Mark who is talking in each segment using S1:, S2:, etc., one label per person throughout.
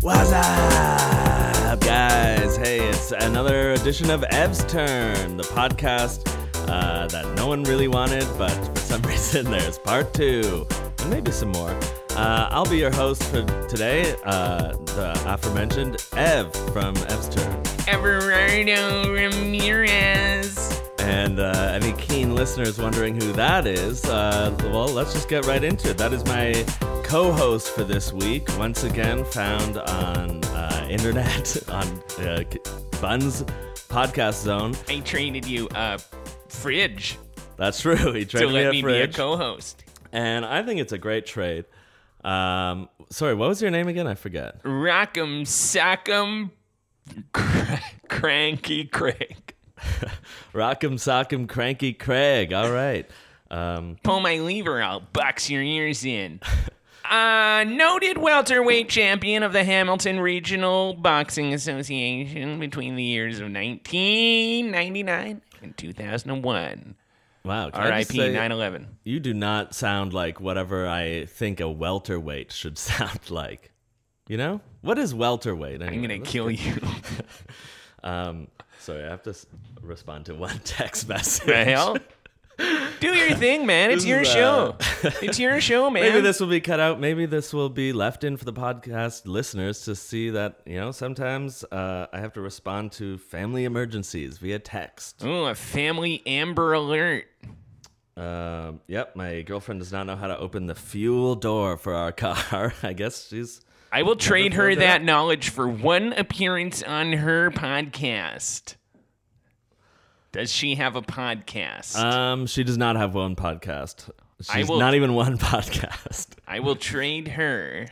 S1: What's up, guys? Hey, it's another edition of Ev's Turn, the podcast uh, that no one really wanted, but for some reason there's part two, and maybe some more. Uh, I'll be your host for today, uh, the aforementioned Ev from Ev's Turn.
S2: Everardo Ramirez.
S1: And uh, any keen listeners wondering who that is, uh, well, let's just get right into it. That is my co host for this week, once again found on uh, internet, on uh, K- Bun's podcast zone.
S2: I traded you a fridge
S1: That's true. He
S2: to
S1: traded
S2: let me
S1: me a fridge.
S2: be a co-host.
S1: and I think it's a great trade. Um, sorry, what was your name again? I forget.
S2: Rock'em sock'em cr- cranky Craig.
S1: Rock'em Sock'em Cranky Craig. All right. Um,
S2: Pull my lever, I'll box your ears in. Uh, noted welterweight champion of the Hamilton Regional Boxing Association between the years of 1999 and 2001.
S1: wow. can I just say-
S2: R.I.P. 9/11.
S1: You do not sound like whatever I think a welterweight should sound like. You know? What is welterweight?
S2: I'm gonna kill you.
S1: Um, sorry, I have to s- respond to one text message.
S2: the hell? Do your thing, man. It's
S1: This
S2: your
S1: is,
S2: show.
S1: uh,
S2: It's your show, man.
S1: Maybe this will be cut out. Maybe this will be left in for the podcast listeners to see that, you know, sometimes uh, I have to respond to family emergencies via text.
S2: Ooh, a family amber alert.
S1: Um, yep, my girlfriend does not know how to open the fuel door for our car. I guess she's.
S2: I will trade her
S1: filled it
S2: that
S1: up.
S2: knowledge for one appearance on her podcast. Does she have a podcast?
S1: Um, she does not have one podcast. She's
S2: I will-
S1: not even one podcast.
S2: I will trade her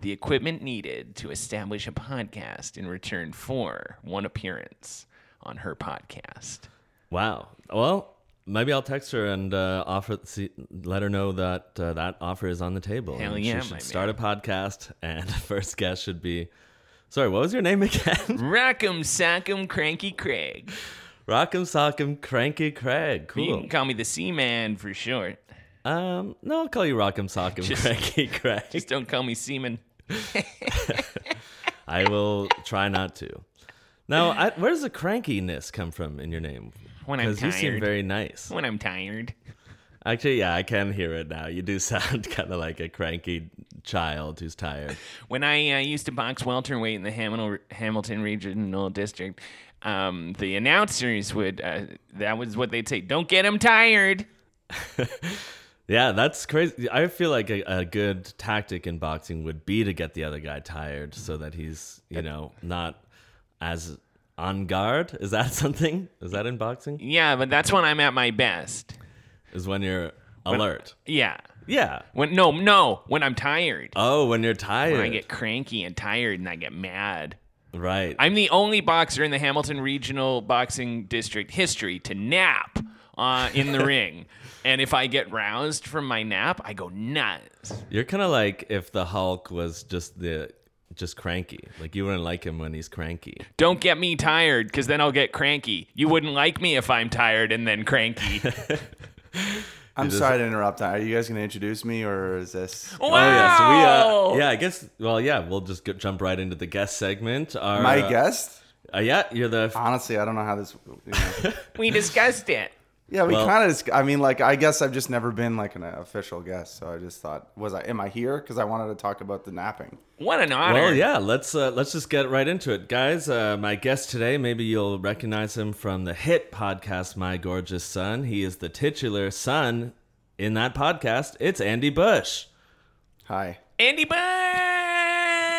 S2: the equipment needed to establish a podcast in return for one appearance on her podcast.
S1: Wow. Well, maybe I'll text her and uh, offer see, let her know that uh, that offer is on the table.
S2: Hell
S1: and
S2: yeah,
S1: she
S2: my
S1: should start a podcast, and the first guest should be. Sorry, what was your name again?
S2: Rock'em, sock'em, cranky Craig.
S1: Rock'em Sock'em Cranky Craig.
S2: You
S1: Cool.
S2: can call me the Seaman for short.
S1: Um, no, I'll call you Rock'em Sock'em
S2: Just-
S1: Cranky Craig.
S2: Just don't call me Seaman.
S1: I will try not to. Now, I, where does the crankiness come from in your name?
S2: When I'm
S1: you seem
S2: tired.
S1: very nice.
S2: When I'm tired.
S1: Actually, yeah, I can hear it now. You do sound kind of like a cranky child who's tired.
S2: When I uh, used to box welterweight in the Hamil- Hamilton Regional District, um, the announcers would, uh, that was what they'd say, don't get him tired.
S1: Yeah, that's crazy. I feel like a, a good tactic in boxing would be to get the other guy tired so that he's, you know, not as on guard. Is that something? Is that in boxing?
S2: Yeah, but that's when I'm at my best.
S1: Is when you're alert.
S2: Yeah.
S1: Yeah.
S2: When No, no, when I'm tired.
S1: Oh, when you're tired.
S2: When I get cranky and tired and I get mad.
S1: right.
S2: I'm the only boxer in the Hamilton Regional Boxing District history to nap uh, in the ring. And if I get roused from my nap, I go nuts.
S1: You're kind of like if the Hulk was just the just cranky. Like you wouldn't like him when he's cranky.
S2: Don't get me tired, because then I'll get cranky. You wouldn't like me if I'm tired and then cranky.
S3: I'm sorry to interrupt. Are you guys going to introduce me, or is this
S2: wow!
S1: Oh yeah, so we uh, yeah, I guess well yeah, we'll just go, jump right into the guest segment. Our,
S3: my
S1: uh,
S3: guest?
S1: Uh, yeah, you're the f-
S3: Honestly, I don't know how this. You know.
S2: We discussed it.
S3: Yeah, we
S1: Well-
S3: kind of. I mean, like, I guess I've just never been like an official guest, so I just thought, was I? Am I here? Because I wanted to talk about the napping.
S2: What an honor.
S1: well, yeah. Let's uh, let's just get right into it, guys. Uh, my guest today, maybe you'll recognize him from the hit podcast "My Gorgeous Son." He is the titular son in that podcast. It's Andy Bush.
S3: Hi.
S2: Andy Bush.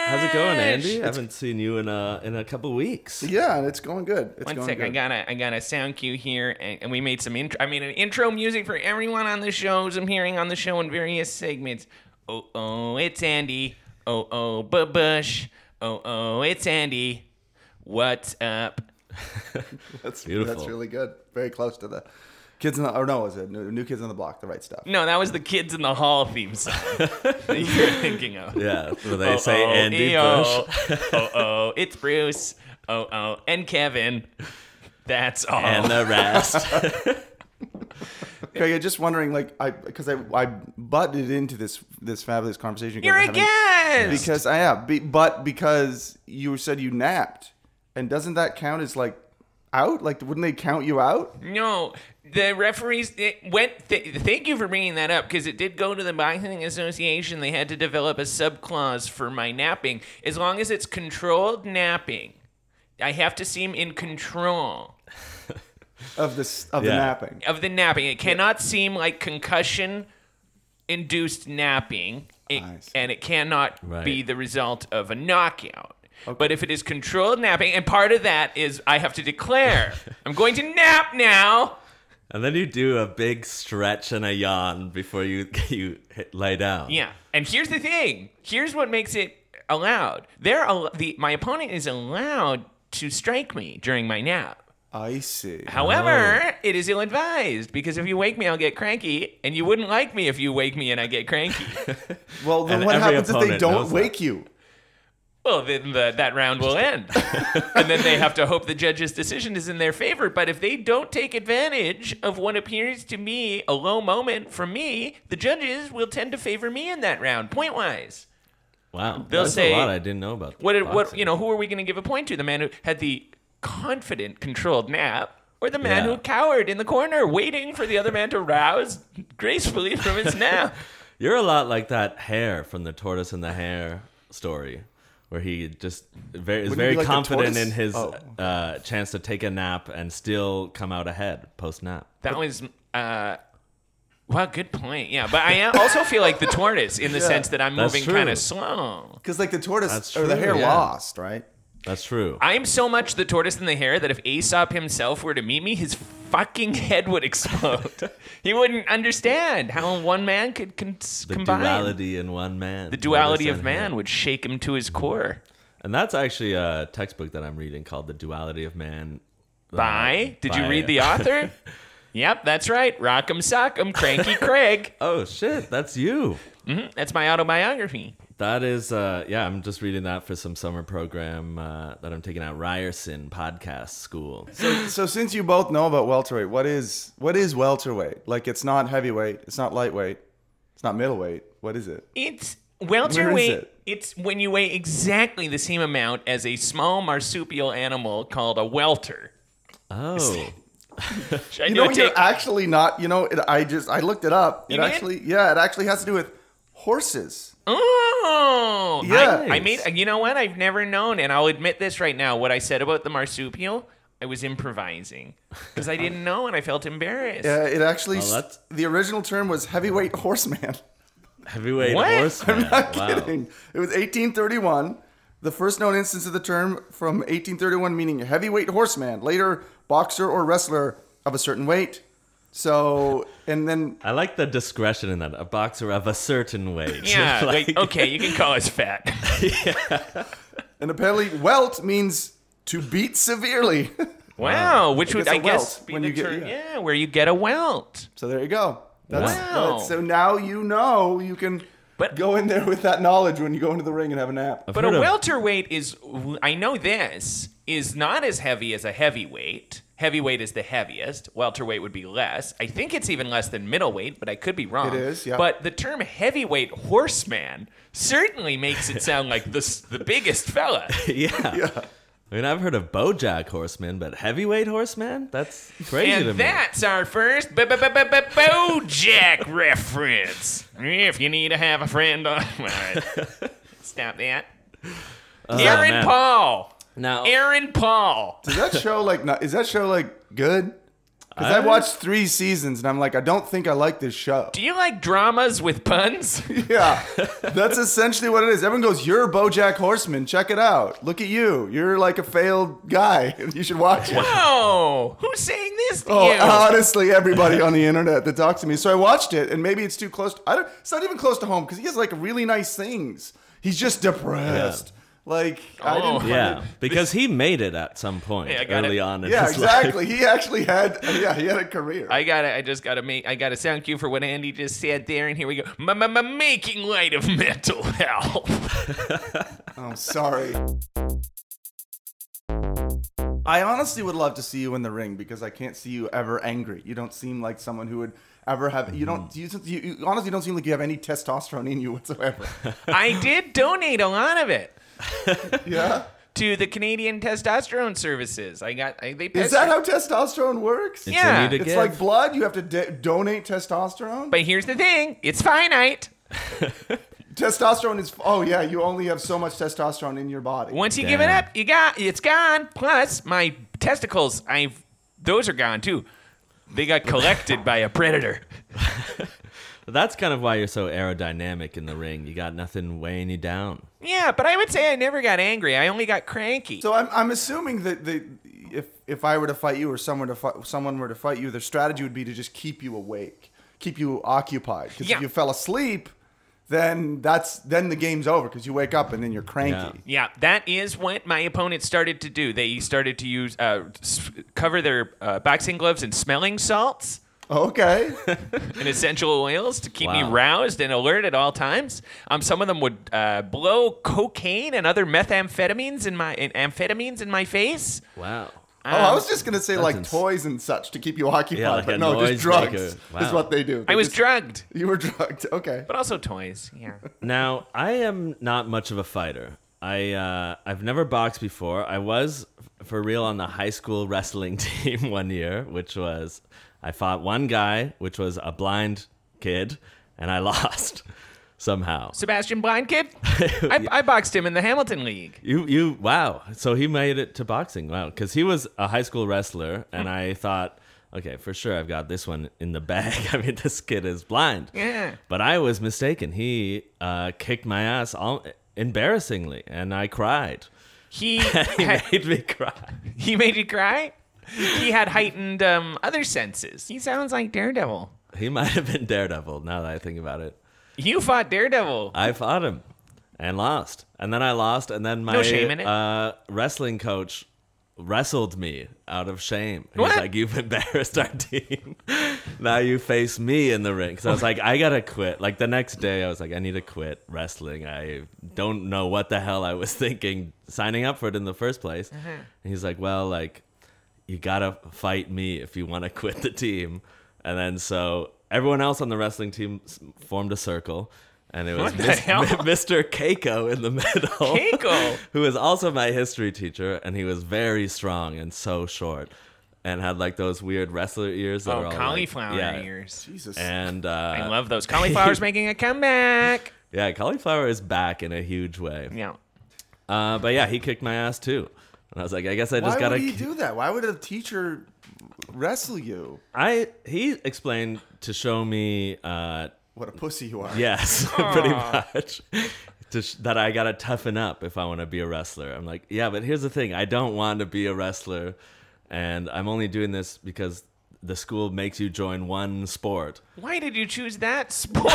S1: How's
S2: How's
S1: it going, Andy? I haven't seen you in a in a couple weeks.
S3: Yeah, and it's going good. It's
S2: One
S3: going
S2: sec,
S3: good.
S2: I got a I got a sound cue here, and, and we made some intro. I mean, an intro music for everyone on the shows I'm hearing on the show in various segments. Oh oh, it's Andy. Oh oh, Bush. Oh oh, it's Andy. What's up?
S3: that's
S1: Beautiful.
S3: That's really good. Very close to the kids in the. Or no, is it new, new kids on the block? The right stuff.
S2: No, that was the Kids in the Hall theme song that you were thinking of.
S1: Yeah, where they say
S2: Oh, oh,
S1: Andy
S2: EO.
S1: Bush,
S2: oh oh, it's Bruce. Oh oh, and Kevin. That's all.
S1: and uh, the rest.
S3: Craig, I'm just wondering, like, I because I I butted into this this fabulous conversation. you guys
S2: You're
S3: were
S2: a
S3: having
S2: guest.
S3: Because I am, be, but because you said you napped, and doesn't that count as like out? Like, wouldn't they count you out?
S2: No, the referees it went. Th- thank you for bringing that up because it did go to the boxing association. They had to develop a sub clause for my napping. As long as it's controlled napping, I have to seem in control
S3: of this of
S1: Yeah.
S3: the napping.
S2: of the napping. It cannot seem like concussion induced napping, it,
S3: I see.
S2: and it cannot
S1: Right.
S2: be the result of a knockout. But if it is controlled napping, and part of that is I have to declare, I'm going to nap now.
S1: And then you do a big stretch and a yawn before you you hit, lay down.
S2: Yeah, and here's the thing. Here's what makes it allowed. They're al- the my opponent is allowed to strike me during my nap.
S3: I see.
S2: However, it is ill-advised because if you wake me, I'll get cranky, and you wouldn't like me if you wake me and I get cranky.
S3: Well, then
S1: And
S3: what
S1: every
S3: happens if they
S1: opponent
S3: don't
S1: knows that.
S3: wake you?
S2: well, then the, that round will end, and then they have to hope the judge's decision is in their favor. But if they don't take advantage of what appears to me a low moment from me, the judges will tend to favor me in that round, point-wise.
S1: Wow.
S2: They'll
S1: That's
S2: say-
S1: a lot I didn't know about.
S2: What, what
S1: boxing.
S2: you know? Who are we going to give a point to? The man who had the confident, controlled nap, or the man
S1: Yeah.
S2: who cowered in the corner, waiting for the other man to rouse gracefully from his nap?
S1: You're a lot like that hare from the tortoise and the hare story, where he just very, is
S3: Wouldn't
S1: very
S3: it be like the
S1: confident
S3: tortoise?
S1: in his
S3: Oh.
S1: uh, chance to take a nap and still come out ahead post nap.
S2: That was. Uh, well, good point. Yeah, but I am- also feel like the tortoise in the sense that I'm
S1: That's
S2: moving
S1: true.
S2: kind of slow.
S3: Because like the tortoise
S1: That's
S3: or the
S1: true,
S3: hare
S1: yeah.
S3: lost, right?
S1: That's true.
S2: I'm so much the tortoise and the hare that if Aesop himself were to meet me, his fucking head would explode. he wouldn't understand how one man could con-
S1: the
S2: combine.
S1: duality in one man.
S2: The duality
S1: Tortoise and
S2: of man
S1: hare.
S2: would shake him to his core.
S1: And that's actually a textbook that I'm reading called "The Duality of Man." uh,
S2: Bye. Did
S1: by-
S2: you read the author? yep, that's right. Rock'em sock'em, cranky Craig.
S1: Oh shit, that's you.
S2: That's my autobiography.
S1: That is, uh, yeah, I'm just reading that for some summer program uh, that I'm taking at Ryerson Podcast School.
S3: So since you both know about welterweight, what is what is welterweight? Like it's not heavyweight, it's not lightweight, it's not middleweight. What is it?
S2: It's welterweight.
S3: it?
S2: It's when you weigh exactly the same amount as a small marsupial animal called a welter.
S1: Oh,
S2: Should I
S3: You
S2: do
S3: know,
S2: a
S3: you're
S2: take-
S3: actually not. You know, it, I just I looked it up.
S2: You
S3: it
S2: did?
S3: actually, yeah, it actually has to do with horses.
S2: Oh, I-
S3: Yes.
S2: I, made. You know what? I've never known, and I'll admit this right now. What I said about the marsupial, I was improvising because I didn't know, and I felt embarrassed.
S3: Yeah, Uh, it actually.
S1: Well, that's-
S3: the original term was heavyweight horseman.
S1: heavyweight
S2: What?
S1: horseman.
S3: not
S1: wow.
S3: kidding. It was 1831. The first known instance of the term from 1831 meaning heavyweight horseman, later boxer or wrestler of a certain weight. So, and then
S1: I like the discretion in that. A boxer of a certain weight.
S2: Yeah,
S1: Like-
S2: like, okay, you can call us fat.
S3: and apparently welt means to beat severely.
S2: Wow, which would
S3: guess
S2: I
S3: a
S2: guess
S3: welt
S2: be
S3: when
S2: the
S3: you get-
S2: term- yeah.
S3: yeah.
S2: where you get a welt.
S3: so there you go. That's,
S2: Wow.
S3: that's- so now you know you can
S2: But But
S3: Go in there with that knowledge when you go into the ring and have a nap.
S1: I've
S2: but a
S1: heard of-
S2: welterweight is I know this is not as heavy as a heavyweight. Heavyweight is the heaviest. Welterweight would be less. I think it's even less than middleweight, but I could be wrong.
S3: It is, yeah.
S2: But the term heavyweight horseman certainly makes it sound like the s- the biggest fella.
S1: yeah. I mean, I've heard of BoJack Horseman, but heavyweight horseman? That's crazy to
S2: And
S1: me.
S2: that's our first b- b- b- b- BoJack reference. If you need to have a friend on, all right. stop that. Aaron
S1: man.
S2: Paul.
S1: now,
S2: Aaron Paul.
S3: Is that show like not, is that show like good? Because I,
S1: I-
S3: watched three seasons and I'm like, I don't think I like this show.
S2: Uh, Do you like dramas with puns?
S3: Yeah, that's essentially what it is. Everyone goes, "You're BoJack Horseman. Check it out. Look at you. You're like a failed guy. You should watch it."
S2: Oh, who's saying this to
S3: Oh,
S2: you?
S3: honestly, everybody on the internet that talks to me. So I watched it, and maybe it's too close. To, I don't. It's not even close to home because he has like really nice things. He's just depressed. Like I
S2: Oh.
S3: didn't. find it-
S1: yeah, because he made it at some point
S2: Yeah, I got
S1: early
S2: it.
S1: on in
S3: Yeah,
S1: his life.
S3: exactly. He actually had. Yeah, he had a career.
S2: I gotta, I just gotta make, I gotta sound cue for what Andy just said there, and here we go. M-m-m- making light of mental health.
S3: I'm sorry. I honestly would love to see you in the ring because I can't see you ever angry. You don't seem like someone who would ever have. You don't. You, you, you honestly don't seem like you have any testosterone in you whatsoever.
S2: I did donate a lot of it
S3: Yeah.
S2: to the Canadian Testosterone Services. I got, I, they.
S3: Is that how testosterone works?
S1: It's a
S2: Yeah.
S1: need to
S3: It's
S1: give.
S3: like blood. You have to de- donate testosterone.
S2: But here's the thing: it's finite.
S3: testosterone is. Oh yeah, you only have so much testosterone in your body.
S2: Once you give it
S1: Damn.
S2: up, you got, it's gone. Plus, my testicles, I've, those are gone too. They got collected by a predator.
S1: That's kind of why you're so aerodynamic in the ring. You got nothing weighing you down.
S2: Yeah, but I would say I never got angry. I only got cranky.
S3: So I'm, I'm assuming that the if if I were to fight you or someone to fight, someone were to fight you, their strategy would be to just keep you awake, keep you occupied. Because
S2: Yeah.
S3: if you fell asleep, then that's then the game's over. Because you wake up and then you're cranky.
S2: Yeah, that is what my opponent started to do. They started to use uh, s- cover their uh, boxing gloves in smelling salts
S3: Oh, Okay.
S2: and essential oils to keep me
S1: Wow.
S2: roused and alert at all times. Um, some of them would uh, blow cocaine and other methamphetamines in my and amphetamines in my face.
S1: Wow.
S3: oh, I was just gonna say like
S1: ins-
S3: toys and such to keep you occupied,
S1: Yeah, like
S3: but
S1: a
S3: no, just
S1: noise
S3: drugs
S1: maker.
S3: is
S1: Wow.
S3: what they do. They
S2: I was
S3: just-
S2: drugged,
S3: You were drugged. Okay.
S2: but also toys. Yeah.
S1: Now, I am not much of a fighter. I uh, I've never boxed before. I was f- for real on the high school wrestling team one year, which was I fought one guy, which was a blind kid, and I lost somehow.
S2: Sebastian Blind Kid. I, I boxed him in the Hamilton League.
S1: You you wow. So he made it to boxing. Wow, because he was a high school wrestler, and I thought, okay, for sure, I've got this one in the bag. I mean, this kid is blind.
S2: Yeah.
S1: But I was mistaken. He uh, kicked my ass all embarrassingly, and I cried.
S2: He
S1: He
S2: had-
S1: made me cry.
S2: He made you cry? He had heightened um, other senses. He sounds like Daredevil.
S1: He might have been Daredevil. Now that I think about it,
S2: You fought Daredevil.
S1: I fought him and lost, and then I lost, and then my
S2: No shame in it.
S1: Uh, wrestling coach wrestled me out of shame. He was
S2: What?
S1: like, "You've embarrassed our team. now you face me in the ring." Because I was like, "I gotta quit." Like the next day, I was like, "I need to quit wrestling. I don't know what the hell I was thinking signing up for it in the first place."
S2: Mm-hmm.
S1: And he's like, "Well, like." you gotta fight me if you want to quit the team. And then so everyone else on the wrestling team s- formed a circle, and it was
S2: What the
S1: Mis-
S2: hell?
S1: Mr. Keiko in the middle.
S2: Keiko?
S1: who was also my history teacher, and he was very strong and so short, and had like those weird wrestler ears. That were
S2: Oh,
S1: all, like-
S2: cauliflower
S1: yeah.
S2: ears.
S3: Jesus.
S1: And uh,
S2: I love those. Cauliflower's making a comeback.
S1: yeah, cauliflower is back in a huge way.
S2: Yeah.
S1: Uh, but yeah, he kicked my ass too, and I was like, I guess I
S3: Why
S1: just gotta
S3: would he
S1: k-
S3: do that? Why would a teacher wrestle you?
S1: I he explained to show me uh,
S3: What a pussy you are.
S1: Yes, pretty much. To sh- that I gotta toughen up if I want to be a wrestler. I'm like, yeah, but here's the thing: I don't want to be a wrestler, and I'm only doing this because the school makes you join one sport.
S2: Why did you choose that sport?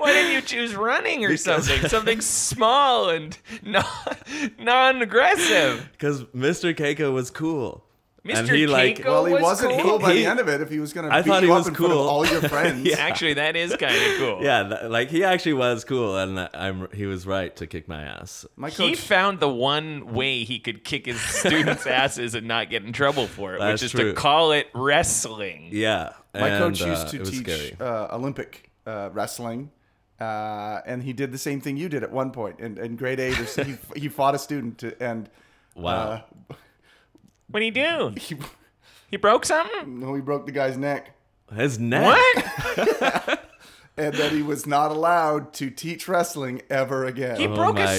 S2: Why didn't you choose running or something? Something small and non aggressive.
S1: Because Mr. Keiko was cool,
S2: Mr.
S1: And he, like-
S2: Keiko
S3: Well, he
S2: was
S3: wasn't
S2: cool.
S3: cool by
S1: He-
S3: the end of it if he was going to
S1: I
S3: beat
S1: thought
S3: you
S1: he
S3: up
S1: was
S3: in front of
S1: cool.
S3: all your friends.
S1: Yeah.
S2: Actually, that is kind of cool.
S1: Yeah, th- like he actually was cool, and I'm he was right to kick my ass.
S3: My coach,
S2: He found the one way he could kick his students' asses and not get in trouble for it,
S1: That's
S2: which is
S1: true.
S2: to call it wrestling.
S1: Yeah,
S3: my
S1: and,
S3: coach
S1: uh,
S3: used
S1: it
S3: to
S1: was
S3: teach
S1: scary.
S3: uh, Olympic uh, wrestling, uh, and he did the same thing you did at one point in, in grade eight. Or, so he, he fought a student, to, and
S1: Wow.
S2: What do you do?
S3: he,
S2: He broke something?
S3: no, he broke the guy's neck.
S1: His neck.
S2: What?
S3: and that he was not allowed to teach wrestling ever again.
S2: He broke
S1: Oh my
S2: a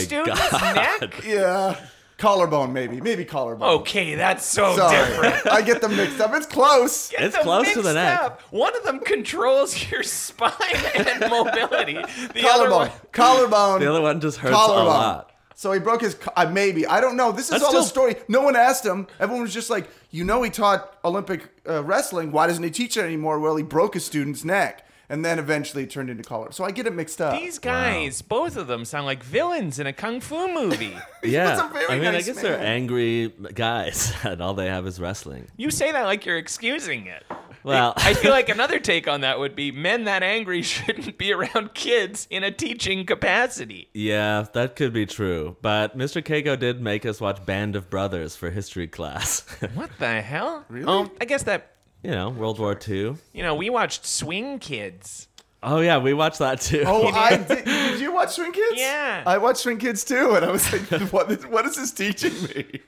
S2: student's neck?
S3: yeah. Collarbone, maybe. Maybe collarbone.
S2: Okay, that's so Oh, different.
S3: Sorry. I get them mixed up. It's close.
S2: Get
S1: It's
S2: them
S1: close to the
S2: mixed
S1: neck.
S2: up. One of them controls your spine and mobility. The other
S3: collarbone.
S2: one,
S3: Collarbone.
S1: The other one just hurts a lot.
S3: So he broke his. co- Uh, maybe I don't know. This is
S1: That's
S3: all a
S1: still-
S3: story. No one asked him. Everyone was just like, you know, he taught Olympic uh, wrestling. Why doesn't he teach it anymore? Well, he broke his student's neck, and then eventually it turned into collar. So I get it mixed up.
S2: these guys, both of them, sound like villains in a kung fu movie.
S1: Yeah,
S3: was a very
S1: I mean, I
S3: nice
S1: guess they're
S3: man.
S1: angry guys, and all they have is wrestling.
S2: you say that like you're excusing it.
S1: Well,
S2: I feel like another take on that would be men that angry shouldn't be around kids in a teaching capacity.
S1: yeah, that could be true. But Mr. Keiko did make us watch Band of Brothers for history class.
S2: What the hell? Really? Oh, I guess that
S1: you know, World War II.
S2: you know we watched Swing Kids.
S1: Oh yeah, we watched that too.
S3: Oh, I did. Did you watch Swing Kids?
S2: Yeah.
S3: I watched Swing Kids too, and I was like, what is, what is this teaching me?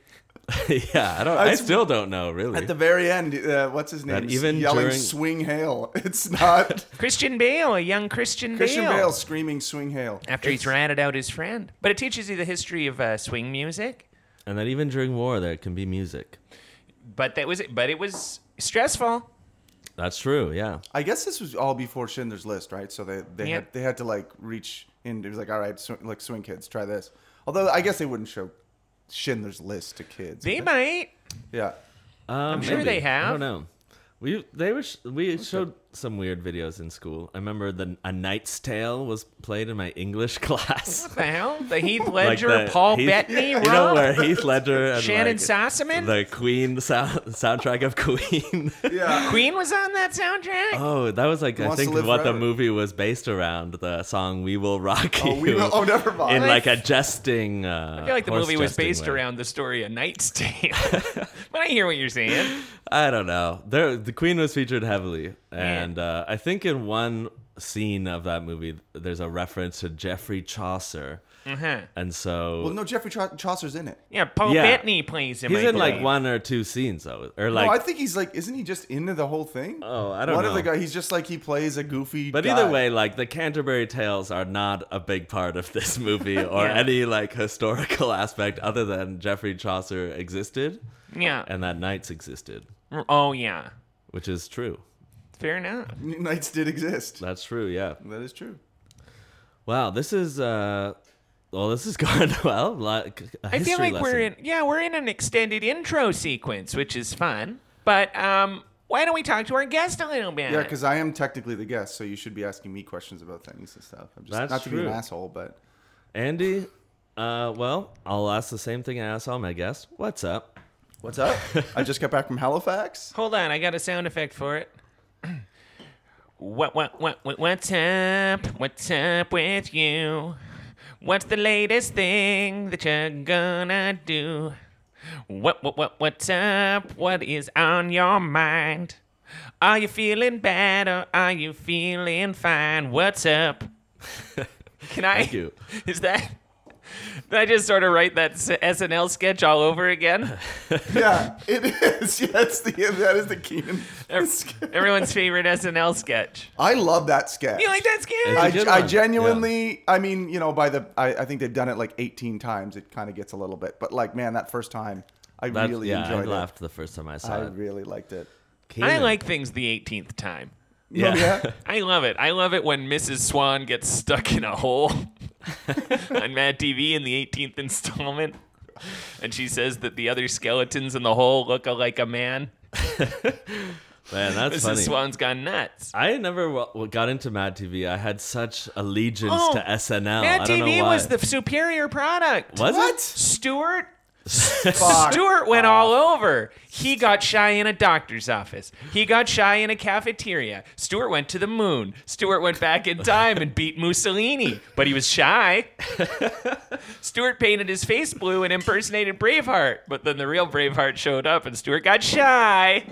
S1: yeah, I don't. I,
S3: I-
S1: still don't know really.
S3: At the very end, uh, what's his name?
S1: That even
S3: yelling
S1: during-
S3: "Swing Hail." It's not
S2: Christian Bale, a young Christian,
S3: Christian Bale screaming "Swing Hail."
S2: after he's ratted out his friend. But it teaches you the history of uh, swing music.
S1: and that even during war, there can be music.
S2: But that was but it was stressful.
S1: That's true. Yeah.
S3: I guess this was all before Schindler's List, right? So they they
S2: Yeah.
S3: had they had to like reach in. It was like, all right, sw- like Swing Kids, try this. Although I guess they wouldn't show Schindler's List to kids.
S2: They
S3: would
S2: might.
S3: yeah.
S1: I'm
S2: sure they have.
S1: Um, I don't know. We they were sh- we showed some weird videos in school. I remember the a Knight's Tale was played in my English class.
S2: What the hell? The Heath
S1: Like
S2: Ledger,
S1: the
S2: Paul
S1: Heath-
S2: Bettany,
S1: you know
S2: Rob?
S1: where Heath Ledger and like,
S2: Shannon Sossaman?
S1: the Queen sound, soundtrack of Queen.
S3: Yeah.
S2: Queen was on that soundtrack.
S1: oh, that was like I
S3: Wants to
S1: think what
S3: Live
S1: the
S3: Forever.
S1: movie was based around the song "We Will Rock You."
S3: Oh, we will, oh, never mind.
S1: in like a jesting. Uh,
S2: I feel like the movie was based around the story of Knight's Tale. but I hear what you're saying.
S1: I don't know. There, the Queen was featured heavily, and uh, I think in one scene of that movie, there's a reference to Geoffrey Chaucer,
S2: Uh-huh.
S1: and so
S3: well, no, Jeffrey Chau- Chaucer's in it.
S2: Yeah, Paul
S1: Yeah.
S2: Bettany plays him.
S1: he's
S2: I
S1: in like
S2: believe.
S1: one or two scenes though, or
S3: No,
S1: like.
S3: I think he's like, isn't he just into the whole thing?
S1: Oh, I don't
S3: One
S1: know.
S3: of the guys, he's just like he plays a goofy.
S1: but
S3: guy.
S1: either way, like the Canterbury Tales are not a big part of this movie or
S2: Yeah.
S1: any like historical aspect other than Geoffrey Chaucer existed
S2: Yeah.
S1: and that knights existed,
S2: Oh yeah.
S1: which is true.
S2: Fair enough.
S3: knights did exist.
S1: That's true, yeah.
S3: That is true.
S1: Wow, this is uh, well, this has gone well. Like a
S2: I feel
S1: history
S2: like we're
S1: lesson.
S2: in yeah, we're in an extended intro sequence, which is fun. But um why don't we talk to our guest a little bit?
S3: Yeah, because I am technically the guest, so you should be asking me questions about things and stuff. I'm just
S1: That's
S3: not to be
S1: true.
S3: an asshole, but
S1: Andy, uh, well, I'll ask the same thing I asked all my guests. What's up?
S3: what's up? I just got back from Halifax.
S2: Hold on, I got a sound effect for it. What what what what what's up? What's up with you? What's the latest thing that you're gonna do? What what what what's up? What is on your mind? Are you feeling bad or are you feeling fine? What's up? Can I?
S1: Thank you.
S2: Is that? Did I just sort of write that s- SNL sketch all over again?
S3: Yeah, it is. Yeah, it's the that is the Keenan. sketch.
S2: Everyone's favorite SNL sketch.
S3: I love that sketch.
S2: You like that sketch?
S1: It's a
S3: I,
S1: good
S3: I
S1: one.
S3: genuinely, I mean, you know, by the, I, I think they've done it like 18 times. It kind of gets a little bit, but like, man, that first time, I
S1: That-
S3: really
S1: yeah,
S3: enjoyed
S1: I laughed the first time I
S3: it. I
S1: saw it.
S3: really liked it. Oh,
S2: I
S1: Keenan.
S2: like things the 18th time.
S1: Yeah.
S3: yeah.
S2: I love it. I love it when Mrs. Swan gets stuck in a hole on Mad TV in the 18th installment. And she says that the other skeletons in the hole look like a man.
S1: Man, that's
S2: Mrs.
S1: funny.
S2: Swan's gone nuts.
S1: I never wa- wa- got into Mad TV. I had such allegiance
S2: Oh,
S1: to SNL.
S2: Mad
S1: I don't know
S2: TV
S1: why.
S2: was the superior product.
S1: Was it?
S2: Stewart
S3: Fuck.
S2: Stewart went all over. He got shy in a doctor's office. He got shy in a cafeteria. Stewart went to the moon. Stewart went back in time and beat Mussolini, but he was shy. Stewart painted his face blue and impersonated Braveheart, but then the real Braveheart showed up and Stewart got shy.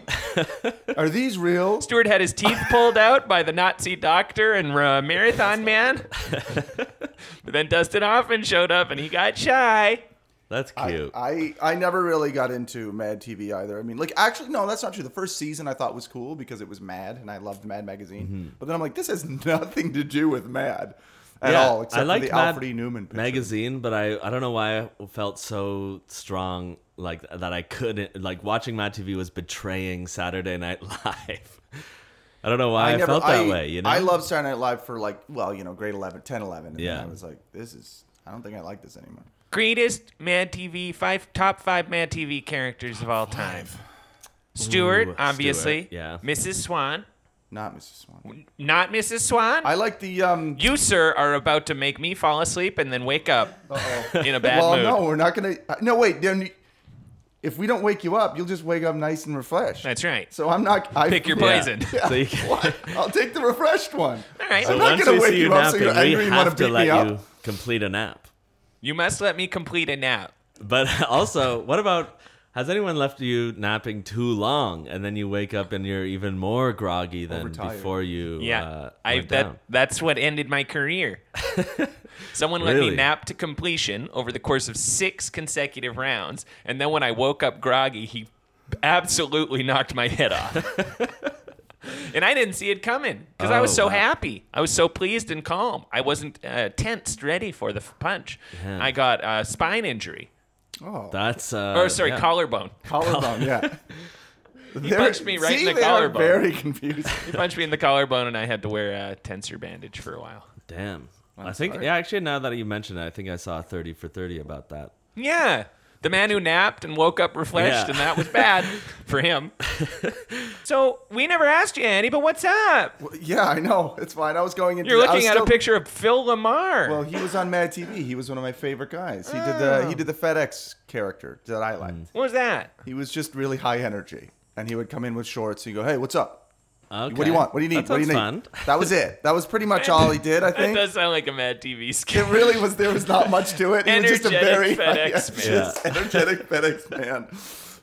S3: Are these real?
S2: Stewart had his teeth pulled out by the Nazi doctor and uh, marathon man. but then Dustin Hoffman showed up and he got shy.
S1: That's cute.
S3: I, I never really got into Mad TV either. I mean, like, actually, no, that's not true. The first season I thought was cool because it was Mad, and I loved Mad magazine.
S1: Mm-hmm.
S3: But then I'm like, this has nothing to do with Mad at
S1: Yeah,
S3: all, except for
S1: liked
S3: the
S1: Mad
S3: Alfred E. Newman picture.
S1: magazine, but I I don't know why I felt so strong like that I couldn't like watching Mad TV was betraying Saturday Night Live. I don't know why I, felt that
S3: I-
S1: way. You know,
S3: I loved Saturday Night Live for like, well, you know, grade 11, 10, 11. And
S1: Yeah.
S3: then I was like, this is, I don't think I like this anymore.
S2: Greatest Mad TV five top five Mad TV characters of all time. Stewart,
S1: Ooh,
S2: obviously.
S1: Stewart, yeah.
S2: Mrs. Swan,
S3: Not Mrs. Swan.
S2: not Mrs. Swan.
S3: I like the, um,
S2: you, sir, are about to make me fall asleep and then wake up in a Oh, bad
S3: well,
S2: mood.
S3: no, we're not going to, no, wait, then you- if we don't wake you up, you'll just wake up nice and refreshed.
S2: That's right.
S3: So I'm not, I,
S2: Pick your
S1: Yeah.
S2: poison.
S1: So you can,
S3: I'll take the refreshed one.
S2: All right.
S1: so
S3: not
S1: once
S3: gonna
S1: we
S3: wake
S1: see you
S3: you up so
S1: napping,
S3: you're
S1: we
S3: angry and wanna
S1: have to
S3: beat me
S1: let
S3: up.
S1: you complete a nap.
S2: you must let me complete a nap.
S1: But also, what about has anyone left you napping too long and then you wake up and you're even more groggy than
S3: Overtired.
S1: before you?
S2: Yeah,
S1: uh,
S2: I
S1: went
S2: that
S1: down?
S2: that's what ended my career. Someone let
S1: Really?
S2: me nap to completion over the course of six consecutive rounds, and then when I woke up groggy, he absolutely knocked my head off. and I didn't see it coming because I was
S1: Oh,
S2: so
S1: wow.
S2: happy. I was so pleased and calm. I wasn't uh, tensed, ready for the f- punch.
S1: Yeah.
S2: I got a spine injury.
S1: That's uh,
S2: Or sorry,
S1: yeah.
S2: collarbone.
S3: Collarbone, yeah. He
S2: punched me right in the
S3: they are
S2: collarbone.
S3: very confused.
S2: He punched me in the collarbone, and I had to wear a tensor bandage for a while.
S1: Damn. I think yeah. Actually, now that you mention it, I think I saw a thirty for thirty about that.
S2: Yeah. The man who napped and woke up refreshed,
S1: Yeah.
S2: and that was bad for him. so we never asked you, Andy, but what's up?
S3: yeah, I know. It's fine. I was going into.
S2: You're
S3: I
S2: looking at a
S3: was still-
S2: picture of Phil Lamar.
S3: Well, he was on Mad TV. He was one of my favorite guys. He did the he
S1: Oh.
S3: did the FedEx character that I liked.
S1: Mm.
S2: what was that?
S3: He was just really high energy, and he would come in with shorts. And you go, "Hey, what's up?
S1: Okay.
S3: What do you want? What do you need?
S1: That
S3: what do you need?"
S1: sounds fun.
S3: That was it. That was pretty much all he did. I
S2: That
S3: think
S2: does sound like a Mad TV skit.
S3: it really was. There was not much to it. He was just a very
S2: Energetic FedEx man.
S3: just energetic FedEx man.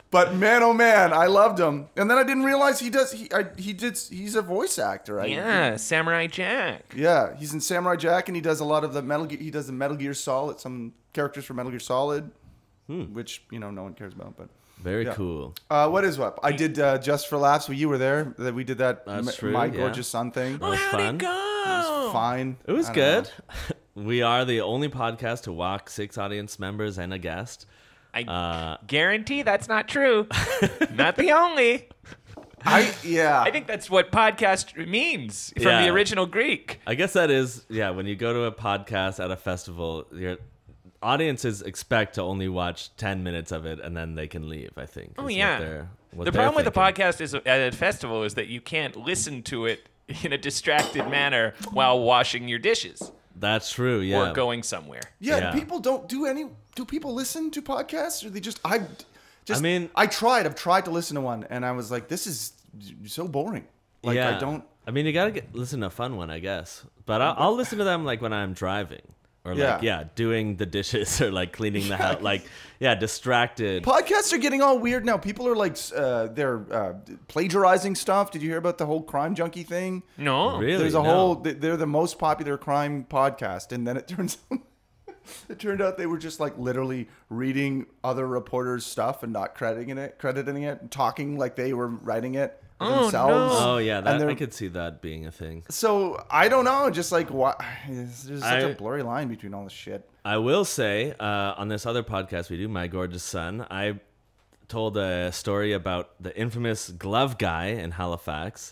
S3: But man, oh man, I loved him. And then I didn't realize he does. He I, he did. He's a voice actor. I,
S2: yeah, Samurai Jack.
S3: Yeah, he's in Samurai Jack, and he does a lot of the Metal. Gear, he does the Metal Gear Solid, some characters from Metal Gear Solid,
S1: Hmm.
S3: which you know no one cares about. But
S1: Very
S3: Yeah.
S1: cool.
S3: uh, what is what I did uh, just for laughs. Well, you were there. That we did that.
S1: That's
S3: m-
S1: true,
S3: My
S1: yeah.
S3: gorgeous son thing.
S1: That was
S2: How'd
S1: fun.
S2: it go?
S3: Fine.
S1: It was
S3: I don't know.
S1: good. we are the only podcast to walk six audience members and a guest. Uh,
S2: I guarantee that's not true. not the only.
S3: I yeah.
S2: I think that's what podcast means from
S1: Yeah.
S2: the original Greek.
S1: I guess that is yeah. When you go to a podcast at a festival, your audiences expect to only watch ten minutes of it and then they can leave. I think. is
S2: Oh
S1: what
S2: yeah.
S1: they're- what
S2: the
S1: they're
S2: problem with the
S1: thinking.
S2: podcast is at a festival is that you can't listen to it in a distracted manner while washing your dishes
S1: That's true. Yeah.
S2: or going somewhere.
S3: yeah,
S1: yeah.
S3: People don't do any. Do people listen to podcasts, or they just I just
S1: I mean-
S3: I tried. I've tried to listen to one, and I was like, this is so boring. Like I don't.
S1: I mean, you gotta get, listen to a fun one, I guess. But I'll, I'll listen to them like when I'm driving, or like
S3: Yeah.
S1: yeah, doing the dishes, or like cleaning the house, like yeah, distracted.
S3: Podcasts are getting all weird now. People are like, uh, they're uh, plagiarizing stuff. Did you hear about the whole crime junkie thing?
S2: No.
S1: Really?
S3: There's a
S1: No.
S3: whole. they- They're the most popular crime podcast, and then it turns. it turned out they were just like literally reading other reporters' stuff and not crediting it, crediting it, and talking like they were writing it themselves.
S1: Oh yeah,
S3: And
S1: that,
S3: they're-
S1: I could see that being a thing.
S3: So I don't know. Just like why there's such a
S1: I-
S3: blurry line between all this shit.
S1: I will say uh, on this other podcast we do, my gorgeous son, I told a story about the infamous glove guy in Halifax,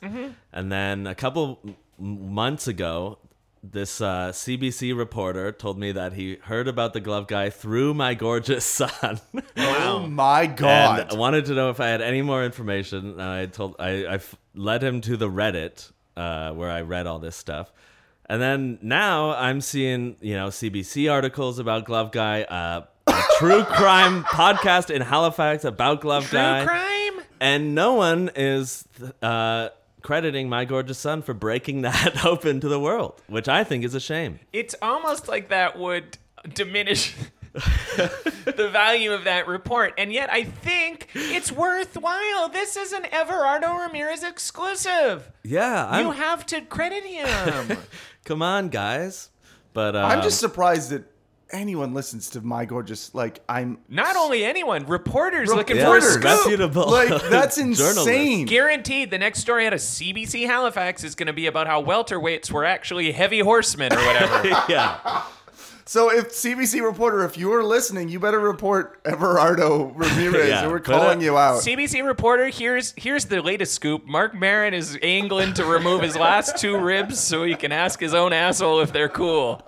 S1: and then a couple m- months ago. This uh, CBC reporter told me that he heard about the glove guy through my gorgeous son.
S3: Oh my god!
S1: And I wanted to know if I had any more information. And I told I, I f- led him to the Reddit uh, where I read all this stuff. And then now I'm seeing you know CBC articles about Glove Guy. Uh, true crime podcast in Halifax about glove
S2: True
S1: guy.
S2: crime?
S1: And no one is uh, crediting my gorgeous son for breaking that open to the world, which I think is a shame.
S2: It's almost like that would diminish the value of that report. And yet I think it's worthwhile. This is an Everardo Ramirez exclusive.
S1: Yeah, I'm,
S2: you have to credit him.
S1: come on, guys. But um,
S3: I'm just surprised that anyone listens to my gorgeous. Like I'm
S2: Not only anyone, reporters looking
S1: Yeah,
S2: for a
S1: reporters.
S2: scoop.
S1: reputable
S3: Like that's
S1: journalist.
S3: insane.
S2: Guaranteed, the next story out of CBC Halifax is going to be about how welterweights were actually heavy horsemen or whatever.
S1: um, yeah,
S3: So if CBC reporter, if you are listening, you better report Everardo Ramirez,
S1: Yeah,
S3: and we're
S1: put
S3: calling
S1: it-
S3: you out.
S2: CBC reporter, here's here's the latest scoop. Mark Marin is angling to remove his last two ribs so he can ask his own asshole if they're cool.